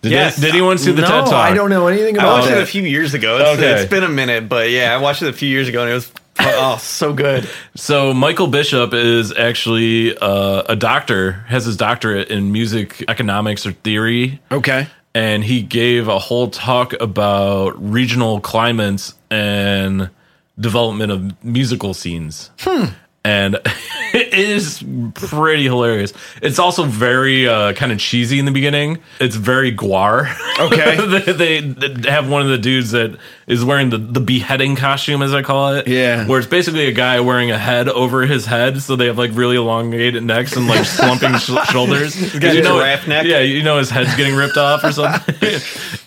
Did, Yes. they- did anyone see the no, TED Talk? I don't know anything I about watched it a that. few years ago. It's, Okay. it's been a minute, but yeah, I watched it a few years ago, and it was oh, so [LAUGHS] good. So Michael Bishop is actually uh, a doctor, has his doctorate in music economics or theory, Okay. and he gave a whole talk about regional climates and development of musical scenes. Hmm. And [LAUGHS] it is pretty hilarious. It's also very uh, kind of cheesy in the beginning. It's very guar. Okay. [LAUGHS] they, they have one of the dudes that is wearing the, the beheading costume, as I call it. Yeah. Where it's basically a guy wearing a head over his head. So they have like really elongated necks and like slumping sh- shoulders. [LAUGHS] got You know- giraffe neck. Yeah, you know his head's getting ripped off or something.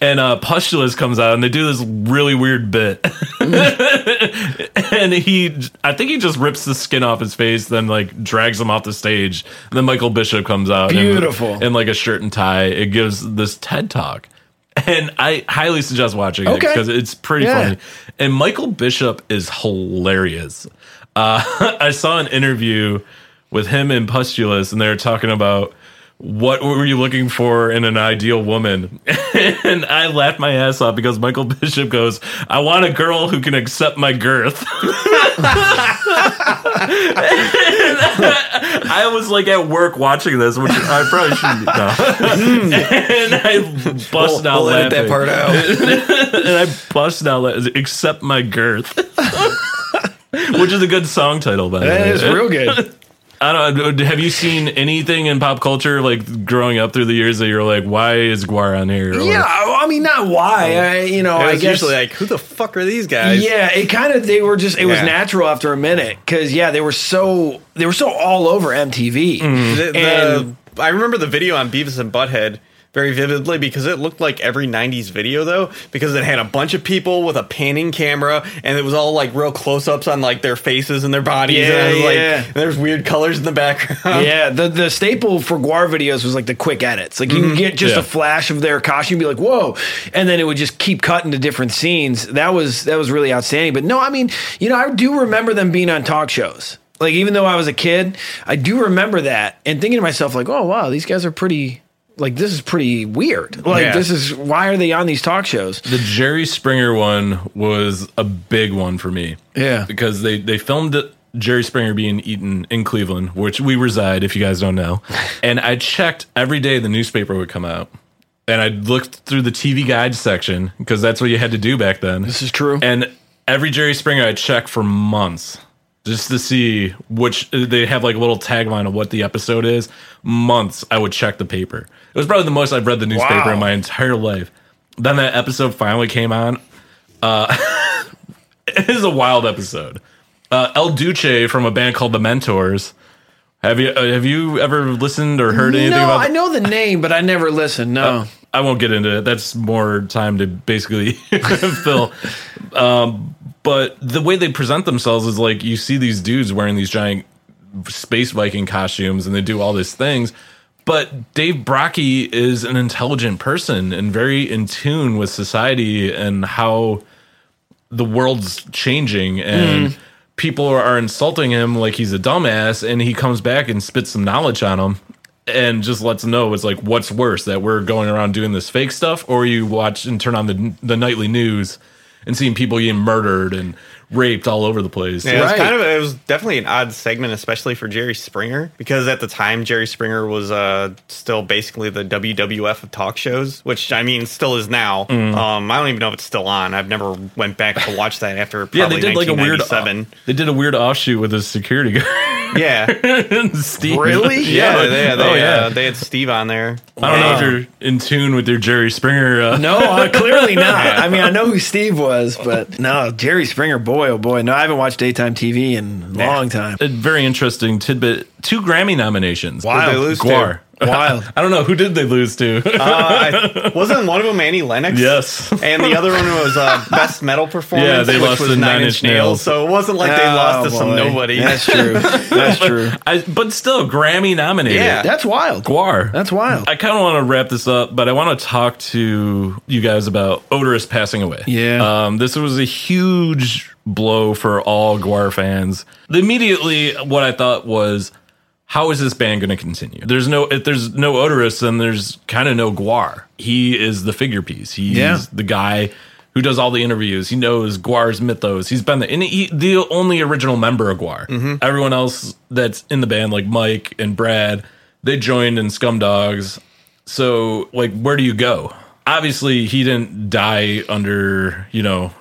and uh, Pustulus comes out and they do this really weird bit. [LAUGHS] and he, I think he just rips the skin off his face, then like drags him off the stage. And then Michael Bishop comes out. in- Beautiful. In, like a shirt and tie. It gives this TED talk. And I highly suggest watching it Okay. because it's pretty Yeah. funny. And Michael Bishop is hilarious. Uh, [LAUGHS] I saw an interview with him and Pustulus, and they were talking about what were you looking for in an ideal woman? [LAUGHS] and I laughed my ass off because Michael Bishop goes, I want a girl who can accept my girth. I was like at work watching this, which I probably shouldn't. No. and I busted out Hmm. we'll edit that laughing. part out. [LAUGHS] and I busted out laughing, except my girth. [LAUGHS] Which is a good song title, by the That way. is real [LAUGHS] good. I don't. uh, Have you seen anything in pop culture like growing up through the years that you're like, why is Guar on here? Or, yeah. I I mean, not Oh. why. I, you know, I Oh, I was guess. usually like, who the fuck are these guys? yeah, it kind of they were just it was Yeah. natural after a minute because yeah they were so they were so all over MTV The- the- And- I remember the video on Beavis and Butthead very vividly because it looked like every 90s video though because it had a bunch of people with a panning camera and it was all like real close-ups on like their faces and their bodies and, I Yeah, was like, yeah. and there's weird colors in the background yeah the the staple for Guar videos was like the quick edits like you Mm-hmm. can get just Yeah. a flash of their costume be like whoa and then it would just keep cutting to different scenes that was that was really outstanding but no I mean you know I do remember them being on talk shows like even though I was a kid I do remember that and thinking to myself like oh wow these guys are pretty like this is pretty weird like Yeah. this is why are they on these talk shows The Jerry Springer one was a big one for me. Yeah. Because they, they filmed it, Jerry Springer being eaten in Cleveland, which we reside, if you guys don't know. and I checked every day the newspaper would come out. And I looked through the TV guide section because that's what you had to do back then. This is true. And every Jerry Springer I checked for months just to see which they have like a little tagline of what the episode is. Months I would check the paper. It was probably the most I've read the newspaper Wow. in my entire life. Then that episode finally came on. Uh, [LAUGHS] it is a wild episode. Uh, El Duce from a band called The Mentors. Have you uh, have you ever listened or heard anything no, about? [LAUGHS] I know the name, but I never listened. No. Oh. I won't get into it. That's more time to basically [LAUGHS] fill. Um, but the way they present themselves is like you see these dudes wearing these giant space Viking costumes and they do all these things. But Dave Brocky is an intelligent person and very in tune with society and how the world's changing and people are insulting him like he's a dumbass and he comes back and spits some knowledge on him and just lets them know it's like what's worse that we're going around doing this fake stuff or you watch and turn on the the nightly news and seeing people getting murdered and raped all over the place. Yeah, it was Right. kind of it was definitely an odd segment, especially for Jerry Springer, because at the time Jerry Springer was uh, still basically the WWF of talk shows, which I mean still is now. Mm. Um, I don't even know if it's still on. I've never went back to watch that after [LAUGHS] Yeah, probably they did like a weird. uh, seven. They did a weird offshoot with his security [LAUGHS] guard. Yeah, yeah, Steve. Really? yeah, they, they, oh yeah. uh, they had Steve on there. I Wow. don't know if you're in tune with your Jerry Springer. Uh, No, uh, clearly not. [LAUGHS] I mean, I know who Steve was, but no, Jerry Springer, boy, oh boy. No, I haven't watched daytime TV in a long time. a very interesting tidbit. Two Grammy nominations. Wow. Did they lose Guar. Wild. [LAUGHS] I don't know who did they lose to. Uh, I- wasn't one of them Annie Lennox? Yes. And the other one was uh, [LAUGHS] best metal performance. Yeah, they which lost was to Nine Nine Inch Inch Nails. Nails. So it wasn't like they lost Oh, to some boy. nobody. [LAUGHS] [LAUGHS] That's true. That's true. [LAUGHS] I, but still, Grammy nominated. Yeah. That's wild. Guar. That's wild. I kind of want to wrap this up, but I want to talk to you guys about Odorous passing away. Yeah. Um, this was a huge blow for all Guar fans. Immediately, what I thought was, how is this band going to continue? There's no if there's no Odorous, then there's kind of no Guar. He is the figure piece. He's Yeah. the guy who does all the interviews. He knows Guar's mythos. He's been the, and he, the only original member of Guar. Everyone else that's in the band, like Mike and Brad, they joined in Scum Dogs. So, like, where do you go? Obviously, he didn't die under, you know,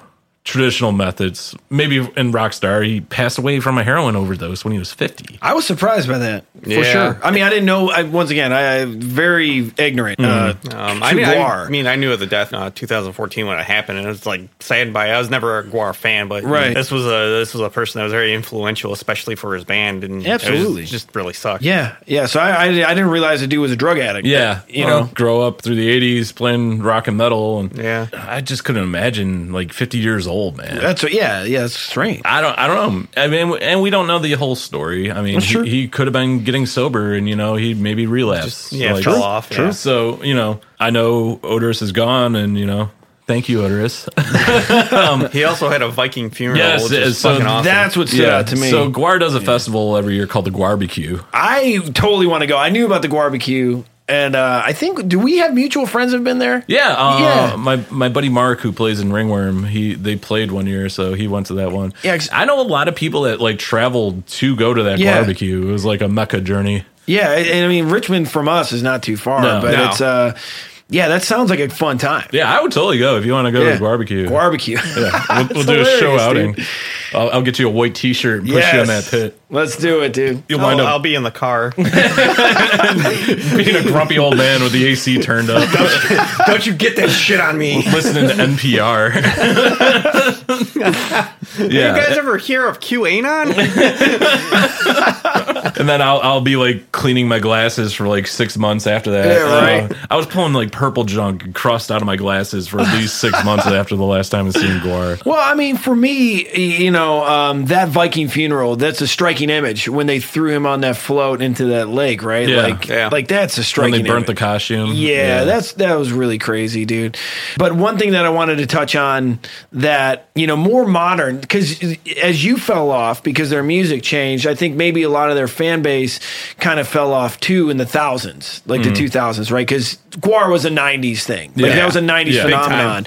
traditional methods. Maybe in Rockstar, he passed away from a heroin overdose when he was 50. I was surprised by that for Yeah. sure. I mean, I didn't know. I, once again, I I- very ignorant. Uh, Um, to I, mean, I Guar. mean, I knew of the death in uh, 2014 when it happened, and it was like sad by. I was never a Guar fan, but Right. this was a this was a person that was very influential, especially for his band, and it was Absolutely. just really sucked. yeah, yeah. So I, I, I didn't realize the dude was a drug addict. Yeah, you well, know. grow up through the '80s playing rock and metal, and Yeah. I just couldn't imagine like 50 years old, man. That's what, yeah, yeah. It's strange. I don't, I don't know. I mean, and we don't know the whole story. I mean, true. he, he could have been getting sober, and you know, he maybe relapsed. Just- yeah, fell off, yeah. So you know, I know Odorous is gone, and you know, thank you, Odorous. He also had a Viking funeral, Yes, which is so fucking awesome. That's what stood [LAUGHS] out to me. So Guar does a festival every year called the Guarbecue. I totally want to go. I knew about the barbecue, and uh, I think do we have mutual friends that have been there? Yeah, uh, Yeah. My my buddy Mark, who plays in Ringworm, he they played one year, so he went to that one. Yeah, 'cause- I know a lot of people that like traveled to go to that Yeah. barbecue. It was like a mecca journey. Yeah, and- and I mean Richmond from us is not too far, No. but No. it's uh, yeah, that sounds like a fun time. Yeah, I would totally go if you want to go to Yeah. the barbecue. Barbecue. [LAUGHS] We'll, we'll do a hilarious, show dude. outing. I'll, I'll get you a white T-shirt and push you in that Yes. pit. [LAUGHS] Let's do it, dude. You'll I'll, wind I'll up be in the [LAUGHS] car. being a grumpy old man with the AC turned up, [LAUGHS] Don't you get that shit on me. you listening [LAUGHS] to [LAUGHS] NPR. yeah, guys ever hear of QAnon? and then I'll I'll be like cleaning my glasses for like six months after that. Yeah, right. Uh, I was pulling like purple junk and crust out of my glasses [LAUGHS] for at least six months after the last time I seen Guar. [LAUGHS] Well, I mean, for me, y- you know, um, that Viking funeral, that's a striking image when they threw him on that float into that lake, right? Yeah. like, Yeah. like that's a When striking they burnt the image. costume. yeah, that's that was really crazy, dude. But one thing that I wanted to touch on that, you know, more modern cuz as you fell off because their music changed, I think maybe a lot of their fan base kind of fell off too in the thousands, like the 2000s, right? Cuz Guar was a 90s thing. Like Mm. Yeah. that was a 90s Yeah. Big time. phenomenon on.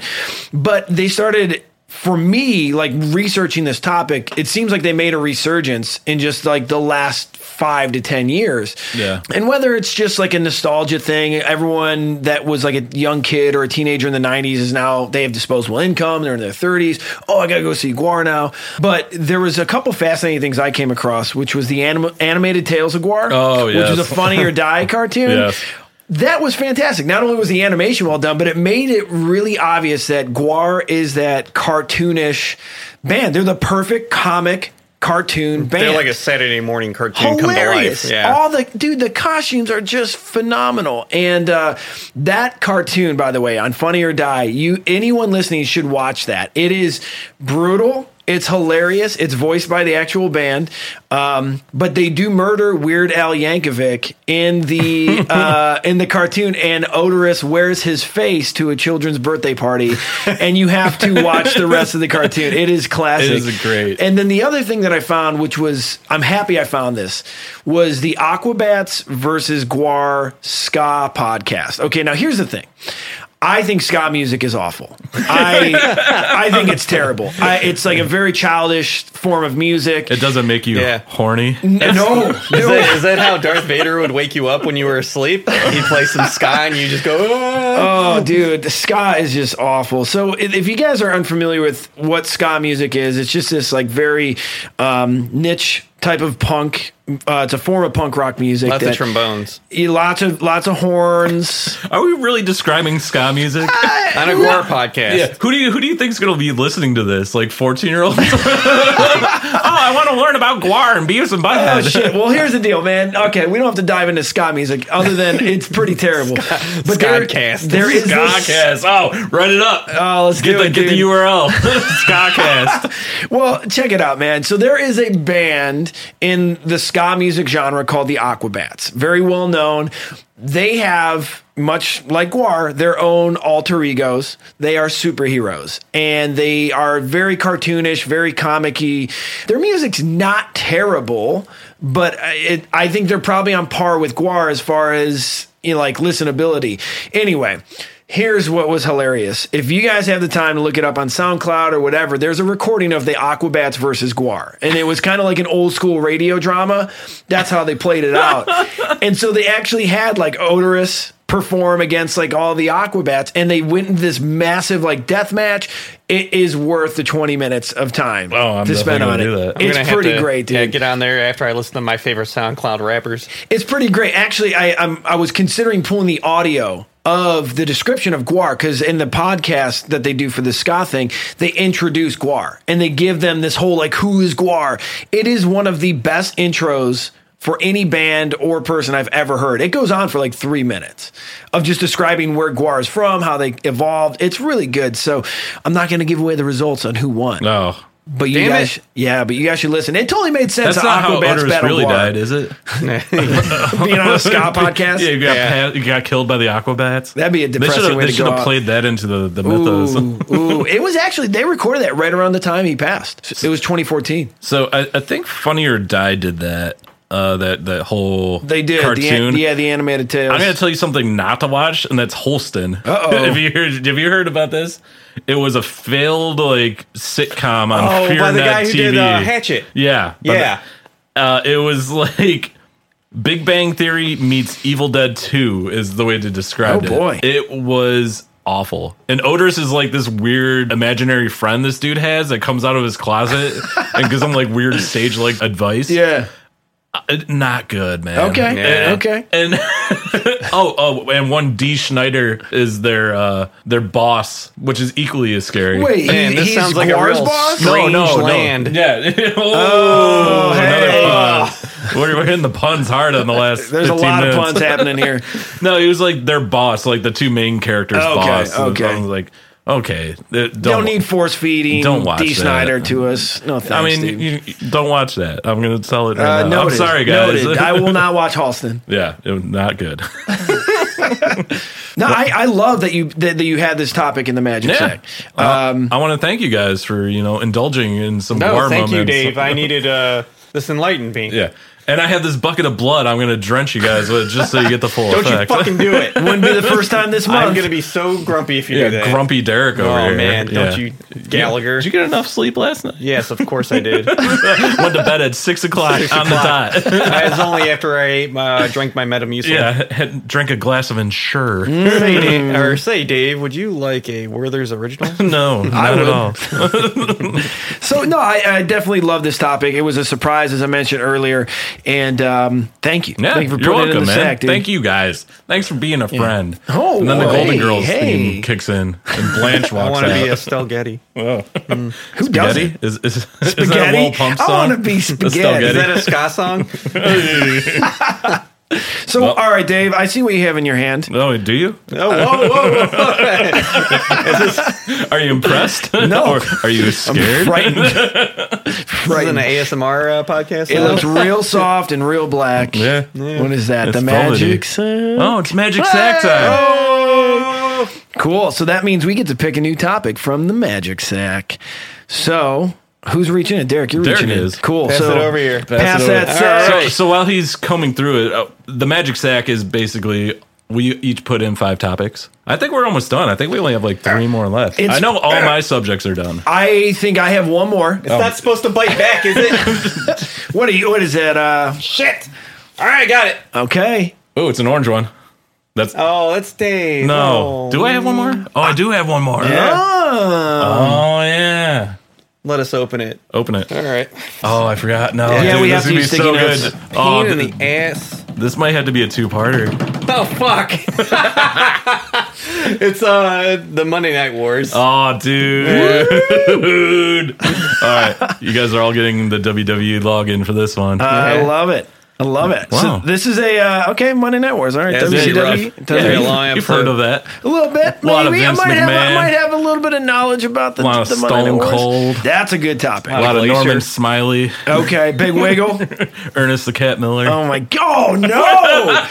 But they started for me like researching this topic it seems like they made a resurgence in just like the last 5 to 10 years Yeah. and whether it's just like a nostalgia thing everyone that was like a young kid or a teenager in the 90s is now they have disposable income they're in their 30s oh i gotta go see guar now but there was a couple fascinating things i came across which was the anim- animated tales of guar Oh, yes. [LAUGHS] which was a funny or die cartoon Yes. that was fantastic. Not only was the animation well done, but it made it really obvious that Guar is that cartoonish band. They're the perfect comic cartoon band. They're like a Saturday morning cartoon Hilarious! come to life. Yeah. All the dude, the costumes are just phenomenal, and uh, that cartoon, by the way, on Funny or Die, you anyone listening should watch that. It is brutal. It's hilarious. It's voiced by the actual band, um, but they do murder Weird Al Yankovic in [LAUGHS] the uh, in the cartoon, and Odorous wears his face to a children's birthday party, and you have to watch the rest of the cartoon. [LAUGHS] It is classic. It is great. And then the other thing that I found, which was I'm happy I found this, was the Aquabats versus Guar Ska podcast. Okay, now here's the thing. I think ska music is awful. [LAUGHS] I I think it's terrible. I, it's like a very childish form of music. It doesn't make you Yeah. horny. [LAUGHS] no, Is no. that, is that how Darth Vader would wake you up when you were asleep? He'd play some Sky and you just go, "Ah." Oh, dude, the ska is just awful. So, if if you guys are unfamiliar with what ska music is, it's just this like very um, niche type of punk. Uh, it's a form of punk rock music. Lots that- of trombones. Yeah, lots of lots of horns. Are we really describing ska [LAUGHS] music? On a Guar podcast. Yeah. Who do you who do you think's gonna be listening to this? Like fourteen [LAUGHS] year olds? oh, I want to learn about Guar and Beavis and oh Butthead. [LAUGHS] shit! Well, here's the deal, man. Okay, we don't have to dive into ska music, other than it's [LAUGHS] pretty terrible. But there, Skodcast. there is this. Skacast. Oh, write it up. Oh, let's get do the it, get the dude. URL. [LAUGHS] Skacast. [LAUGHS] Well, check it out, man. So there is a band in the ska music genre called the Aquabats. Very well known. They have much like Guar, their own alter egos. They are superheroes and they are very cartoonish, very comic-y. Their music's not terrible, but uh, it, I think they're probably on par with Guar as far as you know, like listenability. eh, Anyway, Here's what was hilarious. If you guys have the time to look it up on SoundCloud or whatever, there's a recording of the Aquabats versus Guar. And it was kind of like an old school radio drama. That's how they played it out. and so they actually had like Odorous perform against like all the Aquabats and they went into this massive like death match. It is worth the 20 minutes of time Oh, I'm to spend on it. definitely gonna do that. I'm I'm It's gonna have pretty to, great, dude. yeah, get on there after I listen to my favorite SoundCloud rappers. It's pretty great. Actually, I I'm, I was considering pulling the audio of the description of Guar because in the podcast that they do for the ska thing, they introduce Guar and they give them this whole like who is Guar. It is one of the best intros for any band or person I've ever heard. It goes on for like three minutes of just describing where Guar is from, how they evolved. It's really good. So I'm not going to give away the results on who won. No. But you Damn guys, it. yeah, but you guys should listen. It totally made sense. That's not how Aquabats Odorous battled really Guar. died, is [LAUGHS] it? Being on a ska podcast. [LAUGHS] Yeah, you got, Yeah. pa- you got killed by the Aquabats. That'd be a They should depressing have, way they to should go have out. played that into the, the mythos. Ooh, ooh. It was actually they recorded that right around the time he passed. It was 2014. So I, I think Funny or Die did that. Uh, that that whole They did The, cartoon. an- yeah, the animated tales. I'm going to tell you something not to watch, and that's Holston. [LAUGHS] Uh-oh. have you heard? Have you heard about this? It was a failed like sitcom on Oh, Fear by the Not guy who TV. did uh, Hatchet. yeah, by the- Yeah. uh, it was [LAUGHS] like Big Bang Theory meets Evil Dead 2 is the way to describe Oh, it. boy. It was awful. And Odorous is like this weird imaginary friend this dude has that comes out of his [LAUGHS] closet and gives him like weird stage like advice. yeah. Uh, Not good, man. Okay. uh, Yeah. Okay. And [LAUGHS] oh, oh, and one D Schneider is their uh their boss, which is equally as scary. Wait, Man, he- this he's sounds like a Guar's real boss? No, strange no, no. land. Yeah. [LAUGHS] oh, another hey. pun. we're, we're hitting the puns hard on the last. There's a 15 lot minutes. of puns happening [LAUGHS] here. No, he was like their boss, like the two main characters' Okay, boss. And okay. I was like, okay, th- don't, Don't, need force feeding. don't watch D. that. Snyder to us. No thanks. I mean, Steve. you, you- don't watch that. I'm gonna tell it right Uh, now. I'm noted. sorry, guys. [LAUGHS] Noted. I will not watch Halston. yeah, it was not [LAUGHS] good. [LAUGHS] No, I, I love that you that, that you had this topic in the magic Yeah. sack. um, I want to thank you guys for you know indulging in some No, war thank you, moments. Dave. [LAUGHS] I needed uh, this enlightened me. yeah, and I have this bucket of blood. I'm gonna drench you guys with just so you get [LAUGHS] the full Don't you effect. fucking do [LAUGHS] it. Wouldn't be the first time this month. I'm gonna be so grumpy if you do yeah, that. grumpy Derek over Oh here. man, don't Yeah. you, Gallagher? Did you get enough sleep last night? yes, of course I did. [LAUGHS] Went to bed at six o'clock on [LAUGHS] the dot. [LAUGHS] that was only after I ate my, drank my Metamucil. yeah, had, drank a glass of Ensure. Say, Mm. Dave, or say, Dave, would you like a Werther's original? No, not at Mm-hmm. would. [LAUGHS] all. So no, I, I definitely love this topic. It was a surprise, as I mentioned earlier, and um, thank you. Yeah, thank you for you're putting it in welcome, the man. sack, dude. Thank you guys. Thanks for being a friend. Oh, and then the well, Golden hey, Girls hey. theme kicks in, [LAUGHS] and Blanche I walks want to be out. [LAUGHS] Estelle Getty. Who does Spaghetti? it? Is, is, is that a Spaghetti? wall pump I song? wanna be Estelle spaghetti. Is Getty? that a ska [LAUGHS] song? So all right, Dave, I see what you have in your hand. oh, do you? Oh, whoa, whoa, whoa. Are you impressed? No. [LAUGHS] or are you scared? Frightened. This is an Frightened. ASMR uh, podcast. It now? [LAUGHS] looks real soft and real black. Yeah. What is that? It's the velvety. magic sound. Oh, it's magic sack Oh, time. Cool. So that means we get to pick a new topic from the magic sack. So who's reaching it? Derek, you're Derek reaching is. it. Cool. Pass so it over here. Pass, Pass it that over. sack. So, so while he's combing through it, uh, the magic sack is basically we each put in five topics. I think we're almost done. I think we only have like three more left. It's- I know all my subjects are done. I think I have one more. It's not supposed to bite back, is it? What are you? What is that? Uh, Shit. [LAUGHS] All right, got it. okay. Oh, it's an orange one. That's Oh, that's Dave. No. Oh. Do I have one more? Oh, I do have one more. Oh. Oh yeah. Let us open it. Open it. All right. Oh, I forgot. No. Yeah, dude, we this have to would use be sticky so notes. good. Oh, Pain th- in the ass. this might have to be a two-parter. Oh fuck. [LAUGHS] it's uh the Monday Night Wars. Oh, dude. [LAUGHS] all right, you guys are all getting the WWE login for this one. I Yeah. love it. I love it. Wow. So this is a uh, okay Monday Night Wars. All right, Yeah, it's WCW. pretty rough. WWE. Yeah, you- long you've episode. heard of that. A little bit, lot of maybe. I Vince might have I McMahon. might have a little bit of knowledge about the, A lot of the Monday Stone Night Cold. Wars. That's a good topic. A lot of Glacier. [LAUGHS] Norman Smiley, Okay, [LAUGHS] Big Wiggle. Ernest the Cat Miller. Oh my god! Oh no!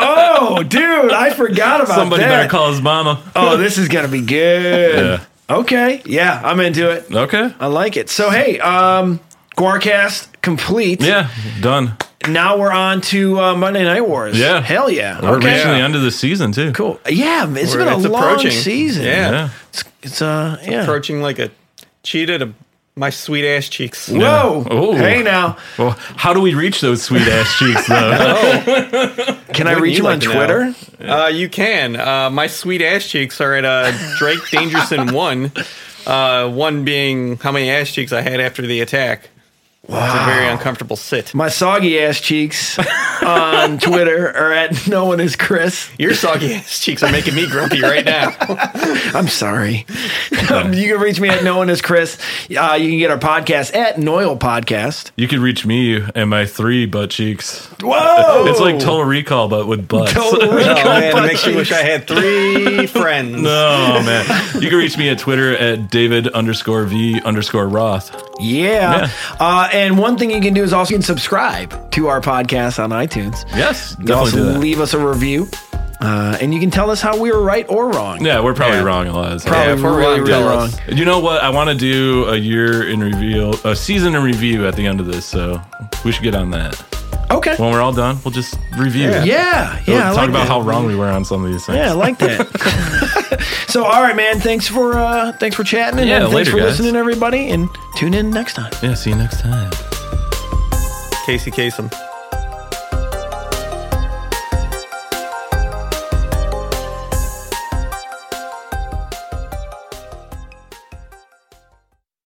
Oh, dude, I forgot about Somebody that. better call his mama. oh, this is gonna be good. Okay, yeah, I'm into it. Okay. I like it. So hey, um, Guarcast complete. Yeah, done. now we're on to uh, Monday Night Wars. Yeah. Hell yeah. We're okay. reaching the end of the season too. Cool. Yeah, it's We're- been a it's long approaching. season. Yeah. Yeah. It's, it's uh, yeah. Approaching like a cheetah to my sweet ass cheeks. Whoa. Ooh. Hey now. Well, how do we reach those sweet ass cheeks [LAUGHS] Oh. though? Can I Wouldn't read you you like on to know? Twitter? Uh, you can. Uh, my sweet ass cheeks are at uh, Drake Dangerson one. Uh, one being how many ass cheeks I had after the attack. Wow. It's a very uncomfortable sit. My soggy [LAUGHS] ass cheeks on Twitter are at no one is Chris. Your soggy [LAUGHS] ass cheeks are making me grumpy right now. I'm sorry. Um, [LAUGHS] you can reach me at no one is Chris. Uh, you can get our podcast at Noil Podcast. you could reach me and my three butt cheeks. Whoa. It's like Total Recall, but with [LAUGHS] butts. [LAUGHS] Total [LAUGHS] Oh, Recall man, it butt makes me wish I cheeks. had [LAUGHS] three friends. Oh man! You can reach me at Twitter at David underscore V underscore Roth. [LAUGHS] Yeah. Uh, and one thing you can do is also you can subscribe to our podcast on iTunes. Yes, You can definitely do also that. leave us a review. Uh, and you can tell us how we were right or wrong. yeah, we're probably Yeah. wrong a lot. of the time. Probably if we're really, wrong, really tell wrong. us. You know what? I want to do a year in review, a season in review at the end of this, so we should get on that. Okay. When we're all done, we'll just review. Yeah. yeah. Yeah. We'll I talk like about that. how wrong we were on some of these things. Yeah, I like that. [LAUGHS] [LAUGHS] so, all right, man. Thanks for uh, thanks for chatting and Yeah, thanks later, for guys. listening, everybody. And tune in next time. yeah see you next time. Casey Kasem.